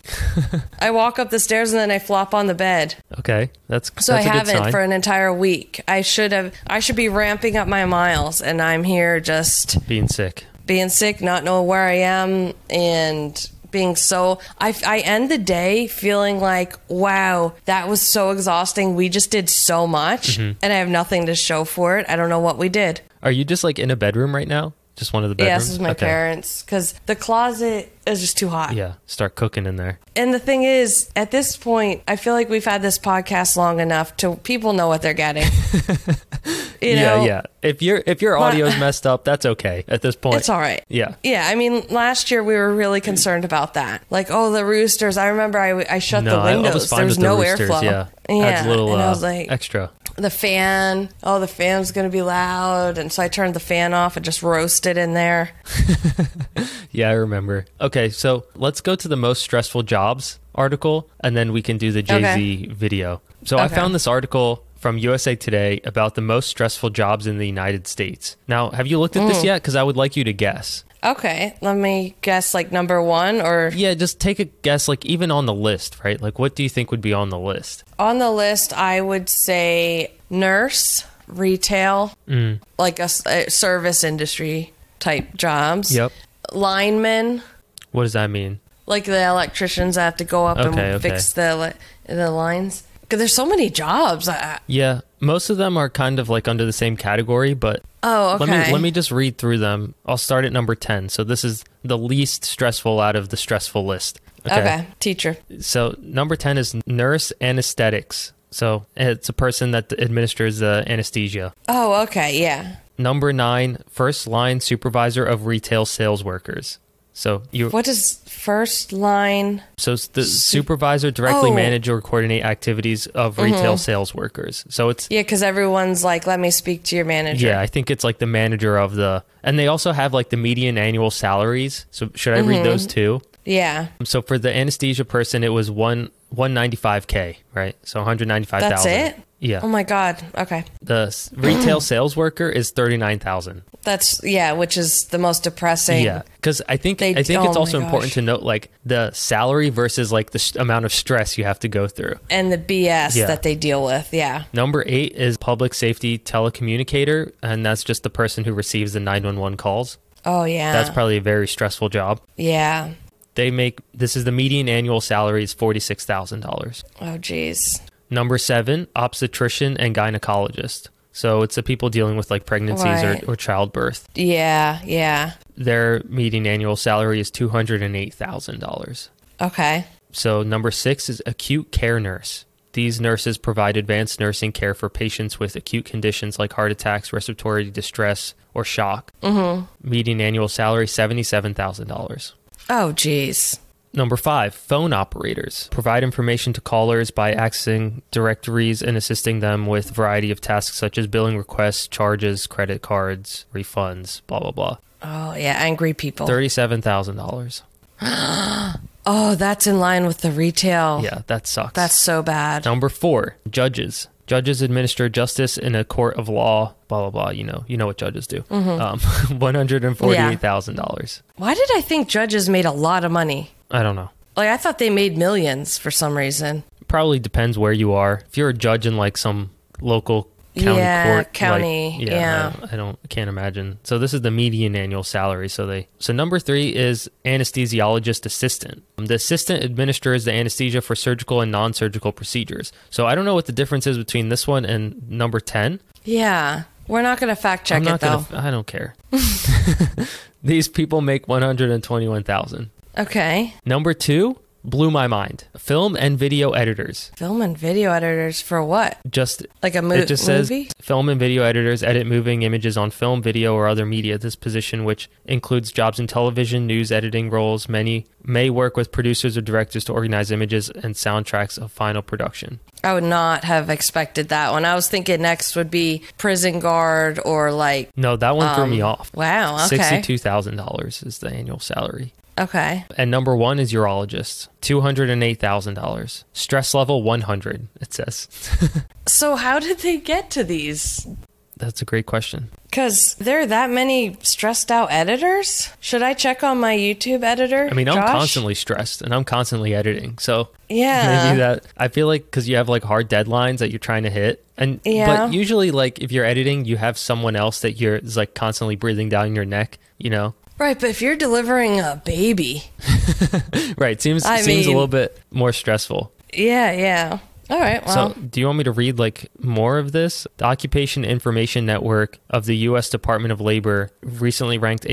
Speaker 2: I walk up the stairs and then I flop on the bed.
Speaker 1: Okay. That's that's
Speaker 2: So I
Speaker 1: a good
Speaker 2: haven't
Speaker 1: sign.
Speaker 2: for an entire week. I should have I should be ramping up my miles and I'm here just
Speaker 1: being sick.
Speaker 2: being sick, not knowing where I am and being so I, I end the day feeling like wow that was so exhausting we just did so much
Speaker 1: Mm-hmm.
Speaker 2: and i have nothing to show for it i don't know what we did
Speaker 1: Are you just like in a bedroom right now? Just one of the bedrooms?
Speaker 2: yeah this is my
Speaker 1: Okay.
Speaker 2: parents because the closet is just too hot
Speaker 1: Yeah. Start cooking in there.
Speaker 2: And the thing is, at this point, I feel like we've had this podcast long enough to people know what they're getting. You
Speaker 1: yeah,
Speaker 2: know,
Speaker 1: yeah. If your if your
Speaker 2: My-
Speaker 1: audio's messed up, that's okay at this point.
Speaker 2: It's all right.
Speaker 1: Yeah.
Speaker 2: Yeah. I mean, last year we were really concerned about that. Like, oh, the roosters. I remember I, I shut
Speaker 1: No,
Speaker 2: the
Speaker 1: I,
Speaker 2: windows.
Speaker 1: I was fine
Speaker 2: there was
Speaker 1: with
Speaker 2: no
Speaker 1: the roosters.
Speaker 2: airflow.
Speaker 1: Yeah,
Speaker 2: Yeah.
Speaker 1: adds a little
Speaker 2: and I
Speaker 1: uh,
Speaker 2: was like,
Speaker 1: extra.
Speaker 2: the fan. Oh, the fan's going to be loud. And so I turned the fan off and just roasted in there.
Speaker 1: Yeah, I remember. Okay, so let's go to the most stressful jobs article, and then we can do the Jay Z video. So I
Speaker 2: Okay.
Speaker 1: found this article from USA Today about the most stressful jobs in the United States. Now, have you looked at
Speaker 2: Mm.
Speaker 1: this yet? Because I would like you to guess.
Speaker 2: Okay. Let me guess like number one or
Speaker 1: Yeah, just take a guess, like even on the list, right? Like, what do you think would be on the list?
Speaker 2: on the list, I would say nurse, retail,
Speaker 1: Mm.
Speaker 2: like a, s- a service industry type jobs.
Speaker 1: Yep.
Speaker 2: Linemen.
Speaker 1: What does that mean?
Speaker 2: like the electricians that have to go up
Speaker 1: Okay,
Speaker 2: and
Speaker 1: okay.
Speaker 2: fix the li- the lines. 'Cause there's so many jobs. I,
Speaker 1: Yeah, most of them are kind of like under the same category, but
Speaker 2: oh, okay.
Speaker 1: Let me let me just read through them. I'll start at number 10. So this is the least stressful out of the stressful list.
Speaker 2: okay. teacher.
Speaker 1: So number 10 is nurse anesthetics. So it's a person that administers the anesthesia.
Speaker 2: Oh, okay, yeah.
Speaker 1: Number 9, first line supervisor of retail sales workers. So you
Speaker 2: What is first line?
Speaker 1: so it's the supervisor directly
Speaker 2: Oh. Mm-hmm.
Speaker 1: manage or coordinate activities of retail sales workers. So it's
Speaker 2: Yeah, because everyone's like, "Let me speak to your manager."
Speaker 1: Yeah, I think it's like the manager of the and they also have like the median annual salaries. So should I
Speaker 2: Mm-hmm.
Speaker 1: read those too?
Speaker 2: Yeah,
Speaker 1: So for the anesthesia person, it was one one ninety five k, right? So one hundred ninety five
Speaker 2: that's
Speaker 1: thousand.
Speaker 2: it.
Speaker 1: Yeah.
Speaker 2: Oh my god. Okay,
Speaker 1: the s- retail sales worker is thirty nine thousand.
Speaker 2: that's yeah, which is the most depressing.
Speaker 1: Yeah, because I think
Speaker 2: They-
Speaker 1: I think
Speaker 2: oh
Speaker 1: it's
Speaker 2: my
Speaker 1: also important
Speaker 2: gosh.
Speaker 1: to note like the salary versus like the st- amount of stress you have to go through.
Speaker 2: And the BS
Speaker 1: Yeah.
Speaker 2: that they deal with. Yeah.
Speaker 1: Number eight is public safety telecommunicator, and that's just the person who receives the nine one one calls.
Speaker 2: Oh yeah.
Speaker 1: That's probably a very stressful job.
Speaker 2: yeah.
Speaker 1: They make this is the median annual salary is forty six thousand dollars.
Speaker 2: Oh geez.
Speaker 1: Number seven, obstetrician and gynecologist. So it's the people dealing with like pregnancies
Speaker 2: Right.
Speaker 1: or, or childbirth.
Speaker 2: Yeah. Yeah.
Speaker 1: Their median annual salary is two hundred and eight thousand dollars.
Speaker 2: Okay.
Speaker 1: So number six is acute care nurse. These nurses provide advanced nursing care for patients with acute conditions like heart attacks, respiratory distress, or shock. Mm-hmm. Median annual salary seventy-seven thousand dollars.
Speaker 2: Oh geez.
Speaker 1: Number five, phone operators provide information to callers by accessing directories and assisting them with a variety of tasks such as billing requests, charges, credit cards, refunds, blah, blah, blah.
Speaker 2: Oh yeah, angry people.
Speaker 1: $37,000.
Speaker 2: Oh, that's in line with the retail.
Speaker 1: Yeah, that sucks.
Speaker 2: Oh. That's so bad.
Speaker 1: number four, judges. Judges administer justice in a court of law, blah, blah, blah. You know, you know what judges do. Um,
Speaker 2: Mm-hmm.
Speaker 1: $148,000.
Speaker 2: Why did I think judges made a lot of money?
Speaker 1: I don't know.
Speaker 2: Like, I thought they made millions for some reason.
Speaker 1: Probably depends where you are. If you're a judge in like some local county
Speaker 2: Yeah,
Speaker 1: court, like-
Speaker 2: county, yeah.
Speaker 1: I, I don't can't imagine. So this is the median annual salary. So they so number three is anesthesiologist assistant. Um, The assistant administers the anesthesia for surgical and non-surgical procedures. So I don't know what the difference is between this one and number ten.
Speaker 2: Yeah. We're not going to fact check
Speaker 1: I'm
Speaker 2: it,
Speaker 1: not
Speaker 2: though.
Speaker 1: gonna. I don't care. These people make one hundred and twenty-one thousand.
Speaker 2: okay.
Speaker 1: Number two blew my mind. Film and video editors.
Speaker 2: Film and video editors for what?
Speaker 1: Just
Speaker 2: Like a mo-
Speaker 1: it just says
Speaker 2: movie?
Speaker 1: film and video editors edit moving images on film, video, or other media. This position, which includes jobs in television, news editing roles, many may work with producers or directors to organize images and soundtracks of final production.
Speaker 2: I would not have expected that one. I was thinking next would be prison guard or like, um,
Speaker 1: No, that one threw me off.
Speaker 2: wow. Okay.
Speaker 1: Sixty-two thousand dollars is the annual salary.
Speaker 2: Okay.
Speaker 1: And number one is urologists, two hundred and eight thousand dollars. Stress level one hundred. It says
Speaker 2: So, how did they get to these?
Speaker 1: that's a great question.
Speaker 2: Because there are that many stressed out editors. Should I check on my YouTube editor?
Speaker 1: I mean, I'm
Speaker 2: Josh?
Speaker 1: constantly stressed and I'm constantly editing, so
Speaker 2: Yeah.
Speaker 1: maybe that i feel like because you have like hard deadlines that you're trying to hit and
Speaker 2: Yeah.
Speaker 1: but usually like if you're editing you have someone else that you're is like constantly breathing down your neck you know
Speaker 2: Right, but if you're delivering a baby,
Speaker 1: right seems
Speaker 2: I
Speaker 1: seems a
Speaker 2: mean-
Speaker 1: little bit more stressful
Speaker 2: yeah, yeah. All right. Well,
Speaker 1: So, do you want me to read like more of this? The Occupation Information Network of the U.S. Department of Labor recently ranked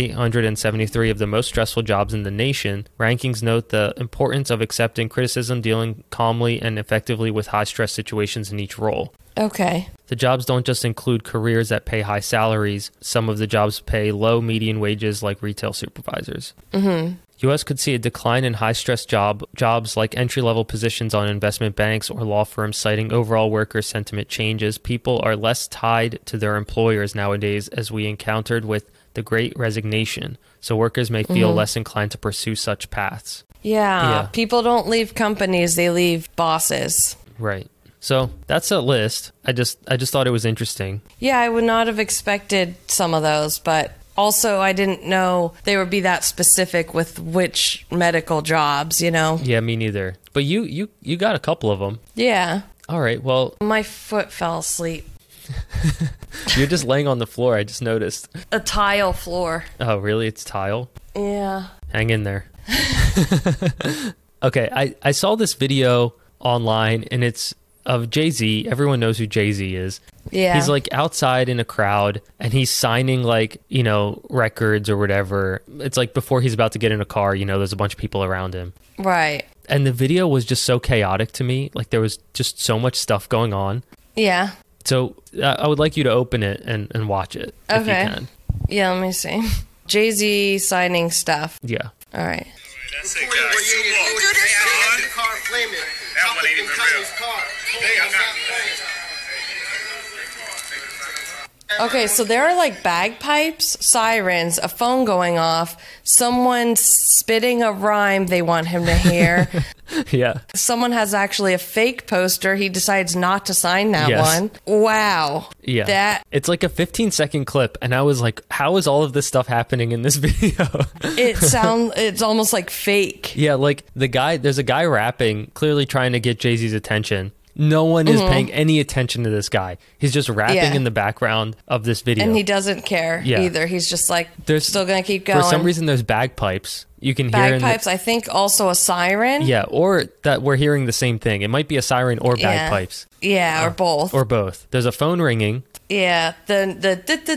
Speaker 1: 873 of the most stressful jobs in the nation. Rankings note the importance of accepting criticism, dealing calmly and effectively with high stress situations in each role.
Speaker 2: okay.
Speaker 1: The jobs don't just include careers that pay high salaries. Some of the jobs pay low median wages, like retail supervisors. Mm-hmm. U.S. could see a decline in high-stress job jobs like entry-level positions on investment banks or law firms, citing overall worker sentiment changes. People are less tied to their employers nowadays, as we encountered with the Great Resignation. So workers may feel less inclined to pursue such paths.
Speaker 2: Yeah.
Speaker 1: Yeah.
Speaker 2: People don't leave companies, they leave bosses.
Speaker 1: Right. So that's a list. I just I just thought it was interesting.
Speaker 2: Yeah, I would not have expected some of those, but also I didn't know they would be that specific with which medical jobs, you know?
Speaker 1: Yeah, me neither. But you you you got a couple of them.
Speaker 2: Yeah.
Speaker 1: All right. Well,
Speaker 2: My foot fell asleep.
Speaker 1: you're just laying on the floor. I just noticed.
Speaker 2: A tile floor.
Speaker 1: Oh, really? It's tile?
Speaker 2: Yeah.
Speaker 1: Hang in there. okay. I, I saw this video online and it's of Jay Z. Everyone knows who Jay Z is.
Speaker 2: Yeah.
Speaker 1: He's like outside in a crowd and he's signing like, you know, records or whatever. It's like before he's about to get in a car, you know, there's a bunch of people around him.
Speaker 2: Right.
Speaker 1: And the video was just so chaotic to me. Like there was just so much stuff going on.
Speaker 2: Yeah.
Speaker 1: So uh, I would like you to open it and, and watch it if you
Speaker 2: Okay.
Speaker 1: can.
Speaker 2: Yeah, let me see. Jay Z signing stuff.
Speaker 1: Yeah.
Speaker 2: All right.
Speaker 4: That's it,
Speaker 5: Before you
Speaker 4: guys.
Speaker 5: were
Speaker 4: Two
Speaker 5: years
Speaker 4: more.
Speaker 5: old,
Speaker 4: Hey,
Speaker 5: they
Speaker 4: Alan.
Speaker 5: had the car flaming.
Speaker 4: That
Speaker 5: Top
Speaker 4: one
Speaker 5: of
Speaker 4: ain't
Speaker 5: Jim
Speaker 4: even
Speaker 5: Connie's
Speaker 4: real.
Speaker 5: car.
Speaker 4: They got
Speaker 5: Stop
Speaker 4: me.
Speaker 5: playing.
Speaker 2: Okay, so there are like bagpipes, sirens, a phone going off, someone spitting a rhyme they want him to hear.
Speaker 1: Yeah.
Speaker 2: someone has actually a fake poster. He decides not to sign that
Speaker 1: Yes.
Speaker 2: one. Wow.
Speaker 1: Yeah.
Speaker 2: That
Speaker 1: it's like a 15 second clip and I was like how is all of this stuff happening in this video?
Speaker 2: it sound it's almost like fake.
Speaker 1: yeah, like the guy there's a guy rapping clearly trying to get Jay-Z's attention. No one is paying any attention to this guy. He's just rapping
Speaker 2: Mm-hmm. Yeah.
Speaker 1: in the background of this video.
Speaker 2: And he doesn't care
Speaker 1: Yeah.
Speaker 2: either. He's just like
Speaker 1: There's-
Speaker 2: still gonna keep going.
Speaker 1: For some reason there's bagpipes. You can hear in the-
Speaker 2: bagpipes, I think also a siren.
Speaker 1: Yeah, or that we're hearing the same thing. It might be a siren or
Speaker 2: Yeah.
Speaker 1: bagpipes
Speaker 2: Yeah, or both.
Speaker 1: or both. There's a phone ringing
Speaker 2: yeah. The the du- du-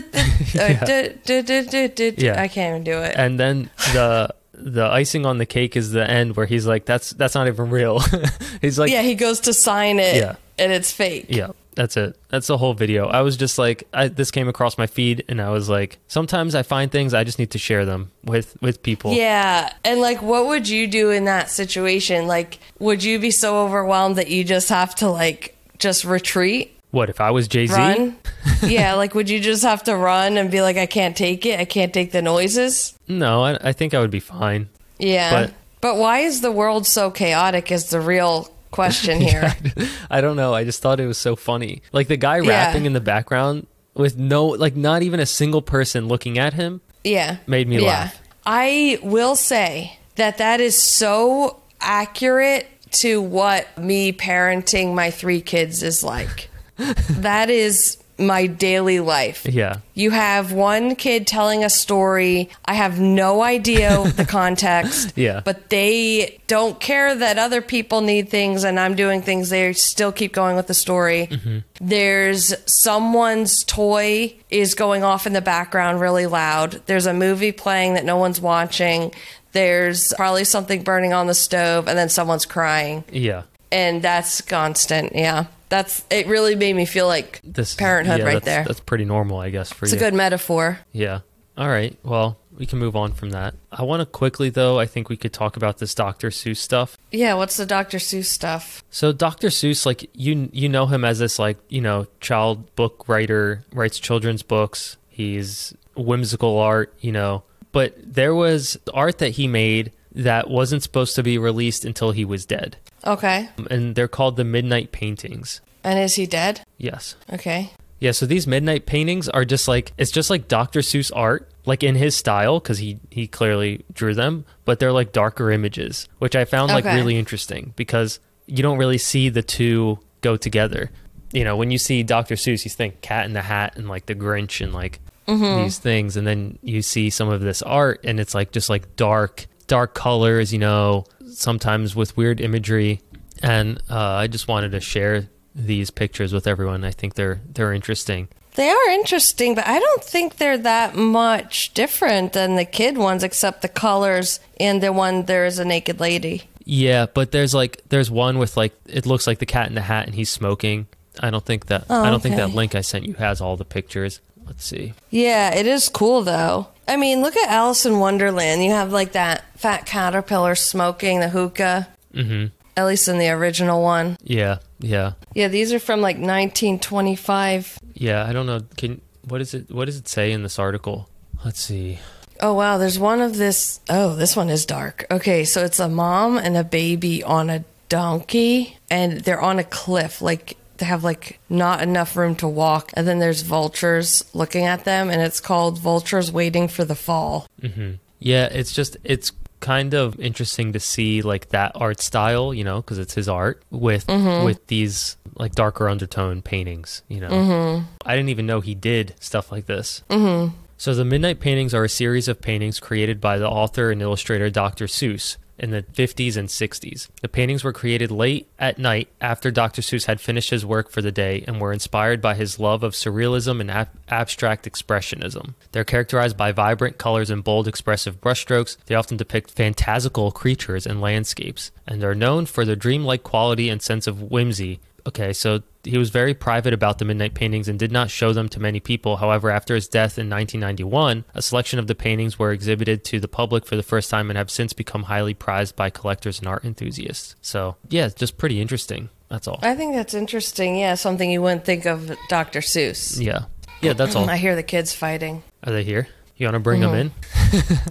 Speaker 2: du- uh, du- du- du- du- du- du-
Speaker 1: Yeah. Uh,
Speaker 2: I can't even do it.
Speaker 1: and then the the icing on the cake is the end where he's like that's that's not even real. he's like
Speaker 2: yeah, he goes to sign it
Speaker 1: Yeah.
Speaker 2: and it's fake.
Speaker 1: Yeah, that's it. That's the whole video. I was just like, I, this came across my feed, and I was like, sometimes I find things I just need to share them with with people.
Speaker 2: Yeah. And like what would you do in that situation? Like would you be so overwhelmed that you just have to like just retreat?
Speaker 1: What if I was Jay Z?
Speaker 2: Run? yeah, like would you just have to run and be like I can't take it. I can't take the noises?
Speaker 1: No, I, I think I would be fine.
Speaker 2: Yeah.
Speaker 1: But-
Speaker 2: But, why is the world so chaotic is the real question here.
Speaker 1: I don't know. I just thought it was so funny. Like the guy rapping in the background with no, like, not even a single person looking at him.
Speaker 2: Yeah.
Speaker 1: Made me laugh.
Speaker 2: I will say that that is so accurate to what me parenting my three kids is like. that is my daily life.
Speaker 1: Yeah,
Speaker 2: You have one kid telling a story. I have no idea the context.
Speaker 1: Yeah.
Speaker 2: But they don't care that other people need things and I'm doing things. They still keep going with the story. There's someone's toy is going off in the background really loud. There's a movie playing that no one's watching. There's probably something burning on the stove and then someone's crying.
Speaker 1: yeah.
Speaker 2: And that's constant. Yeah. That's it really made me feel like
Speaker 1: This is-
Speaker 2: parenthood
Speaker 1: yeah,
Speaker 2: right
Speaker 1: that's-
Speaker 2: there.
Speaker 1: That's pretty normal, I guess, for
Speaker 2: It's
Speaker 1: you.
Speaker 2: a good metaphor.
Speaker 1: Yeah. All right. Well, we can move on from that. I want to quickly, though, I think we could talk about this Dr. Seuss stuff.
Speaker 2: Yeah, what's the Dr. Seuss stuff?
Speaker 1: So Dr. Seuss, like you, you know him as this like you know child book writer, writes children's books. He's whimsical art, you know. But there was art that he made that wasn't supposed to be released until he was dead,
Speaker 2: Okay.
Speaker 1: and they're called the Midnight Paintings.
Speaker 2: And is he dead?
Speaker 1: Yes.
Speaker 2: Okay.
Speaker 1: Yeah, so these midnight paintings are just like it's just like Dr. Seuss art, like in his style cuz he he clearly drew them, but they're like darker images, which I found like
Speaker 2: Okay.
Speaker 1: really interesting because you don't really see the two go together. You know, when you see Dr. Seuss, you think Cat in the Hat and like the Grinch and like these things and then you see some of this art and it's like just like dark dark colors, you know, sometimes with weird imagery and uh, I just wanted to share these pictures with everyone. I think they're they're interesting.
Speaker 2: They are interesting, but I don't think they're that much different than the kid ones, except the colors and the one there is a naked lady.
Speaker 1: Yeah, but there's like there's one with like it looks like the cat in the hat and he's smoking. I don't think that
Speaker 2: Oh,
Speaker 1: I don't think
Speaker 2: okay.
Speaker 1: that link I sent you has all the pictures. Let's see.
Speaker 2: Yeah, it is cool though. I mean, look at Alice in Wonderland. You have like that fat caterpillar smoking the hookah. Mm-hmm. At least in the original one.
Speaker 1: Yeah, yeah,
Speaker 2: Yeah, these are from like 1925.
Speaker 1: yeah. I don't know. Can what is it? What does it say in this article? Let's see.
Speaker 2: Oh wow, there's one of this. Oh, this one is dark. Okay, so it's a mom and a baby on a donkey, and they're on a cliff. Like they have like not enough room to walk, and then there's vultures looking at them, and it's called "Vultures Waiting for the Fall."
Speaker 1: Yeah, it's just it's kind of interesting to see like that art style, you know, because it's his art with with these like darker undertone paintings. You know, I didn't even know he did stuff like this. So the Midnight Paintings are a series of paintings created by the author and illustrator Dr. Seuss in the 50s and 60s. The paintings were created late at night after Dr. Seuss had finished his work for the day and were inspired by his love of surrealism and ab- abstract expressionism. They're characterized by vibrant colors and bold expressive brushstrokes. They often depict fantastical creatures and landscapes and are known for their dreamlike quality and sense of whimsy Okay, so he was very private about the midnight paintings and did not show them to many people. However, after his death in 1991, a selection of the paintings were exhibited to the public for the first time and have since become highly prized by collectors and art enthusiasts. So, yeah, it's just pretty interesting. That's all.
Speaker 2: I think that's interesting. Yeah, something you wouldn't think of Dr. Seuss.
Speaker 1: Yeah. Yeah, that's all.
Speaker 2: I hear the kids fighting.
Speaker 1: Are they here? You want to bring them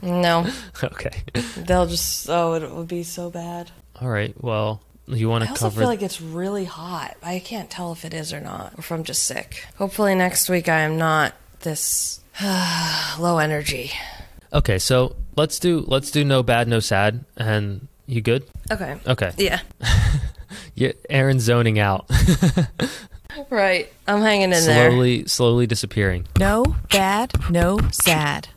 Speaker 2: No,
Speaker 1: in? okay.
Speaker 2: they'll just, oh, it would be so bad.
Speaker 1: All right. Well, you want
Speaker 2: I
Speaker 1: to
Speaker 2: also
Speaker 1: cover
Speaker 2: feel like it's really hot. I can't tell if it is or not, or if I'm just sick. Hopefully, next week I am not this low energy.
Speaker 1: Okay, so let's do let's do no bad, no sad and you good?
Speaker 2: Okay.
Speaker 1: Okay.
Speaker 2: Yeah.
Speaker 1: Yeah, Aaron's zoning out.
Speaker 2: Right. I'm hanging in there.
Speaker 1: slowly slowly disappearing.
Speaker 4: No bad, no sad.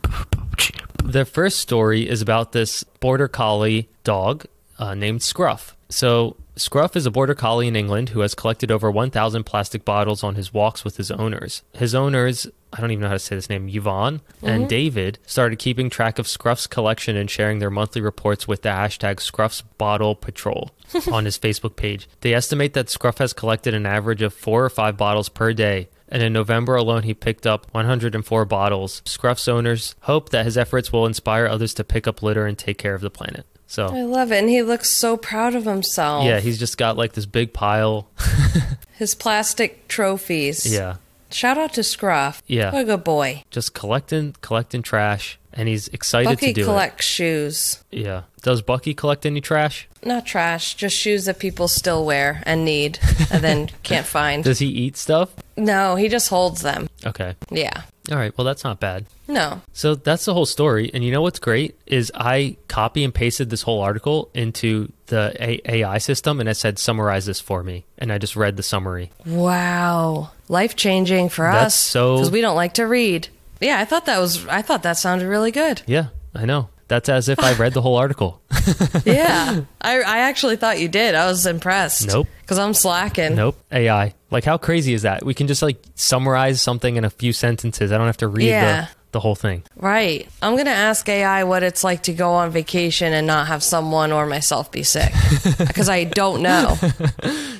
Speaker 1: The first story is about this border collie dog uh, named Scruff. So, Scruff is a border collie in England who has collected over 1,000 plastic bottles on his walks with his owners. His owners, I don't even know how to say this name, Yvonne and David, started keeping track of Scruff's collection and sharing their monthly reports with the hashtag Scruff's Bottle Patrol on his Facebook page. They estimate that Scruff has collected an average of four or five bottles per day and in November alone, he picked up 104 bottles. Scruff's owners hope that his efforts will inspire others to pick up litter and take care of the planet.
Speaker 2: I
Speaker 1: So,
Speaker 2: love it. And he looks so proud of himself.
Speaker 1: yeah, he's just got like this big pile.
Speaker 2: His plastic trophies.
Speaker 1: Yeah,
Speaker 2: Shout out to Scruff.
Speaker 1: Yeah.
Speaker 2: What a good boy.
Speaker 1: just collecting, collecting trash, and he's excited
Speaker 2: Bucky
Speaker 1: to do
Speaker 2: collects shoes.
Speaker 1: it. Yeah. Does Bucky collect any trash?
Speaker 2: Not trash, just shoes that people still wear and need and then can't find.
Speaker 1: Does he eat stuff?
Speaker 2: No, he just holds them.
Speaker 1: Okay.
Speaker 2: Yeah.
Speaker 1: All right. Well, that's not bad.
Speaker 2: No.
Speaker 1: So that's the whole story. And you know what's great is I copy and pasted this whole article into the A- AI system, and I said summarize this for me, and I just read the summary.
Speaker 2: Wow. Life changing for
Speaker 1: That's
Speaker 2: us.
Speaker 1: so-
Speaker 2: Because we don't like to read. Yeah, I thought that was, I thought that sounded really good.
Speaker 1: Yeah, I know. That's as if I read the whole article.
Speaker 2: Yeah. I, I actually thought you did. I was impressed.
Speaker 1: Nope.
Speaker 2: Because I'm slacking.
Speaker 1: nope. AI. Like, how crazy is that? We can just like summarize something in a few sentences. I don't have to read
Speaker 2: Yeah.
Speaker 1: the, the whole thing.
Speaker 2: Right. I'm going to ask AI what it's like to go on vacation and not have someone or myself be sick. Because I don't know.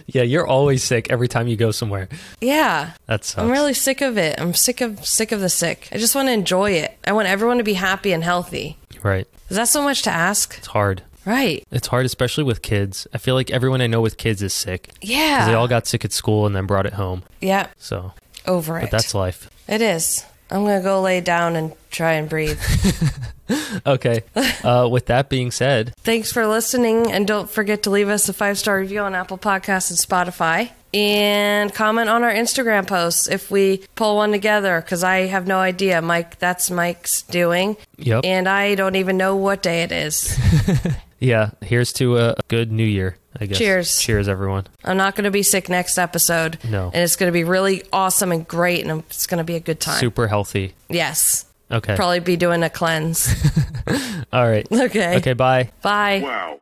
Speaker 1: Yeah, you're always sick every time you go somewhere.
Speaker 2: Yeah.
Speaker 1: That sucks.
Speaker 2: I'm really sick of it. I'm sick of sick of the sick. I just want to enjoy it. I want everyone to be happy and healthy.
Speaker 1: right.
Speaker 2: Is that so much to ask?
Speaker 1: It's hard.
Speaker 2: Right.
Speaker 1: It's hard, especially with kids. I feel like everyone I know with kids is sick. 'Cause
Speaker 2: Yeah.
Speaker 1: They all got sick at school and then brought it home.
Speaker 2: yeah.
Speaker 1: So,
Speaker 2: Over it.
Speaker 1: but that's life.
Speaker 2: it is. I'm gonna go lay down and try and breathe.
Speaker 1: Okay. uh, with that being said,
Speaker 2: Thanks for listening, and don't forget to leave us a five star review on Apple Podcasts and Spotify, and comment on our Instagram posts if we pull one together. Because I have no idea, Mike. That's Mike's doing,
Speaker 1: yep.
Speaker 2: and I don't even know what day it is.
Speaker 1: yeah, here's to a good new year, I guess.
Speaker 2: Cheers.
Speaker 1: Cheers, everyone.
Speaker 2: I'm not going to be sick next episode.
Speaker 1: No.
Speaker 2: And it's going to be really awesome and great, and it's going to be a good time.
Speaker 1: Super healthy.
Speaker 2: Yes.
Speaker 1: Okay.
Speaker 2: Probably be doing a cleanse.
Speaker 1: All right.
Speaker 2: Okay.
Speaker 1: Okay, bye.
Speaker 2: Bye.
Speaker 5: Wow.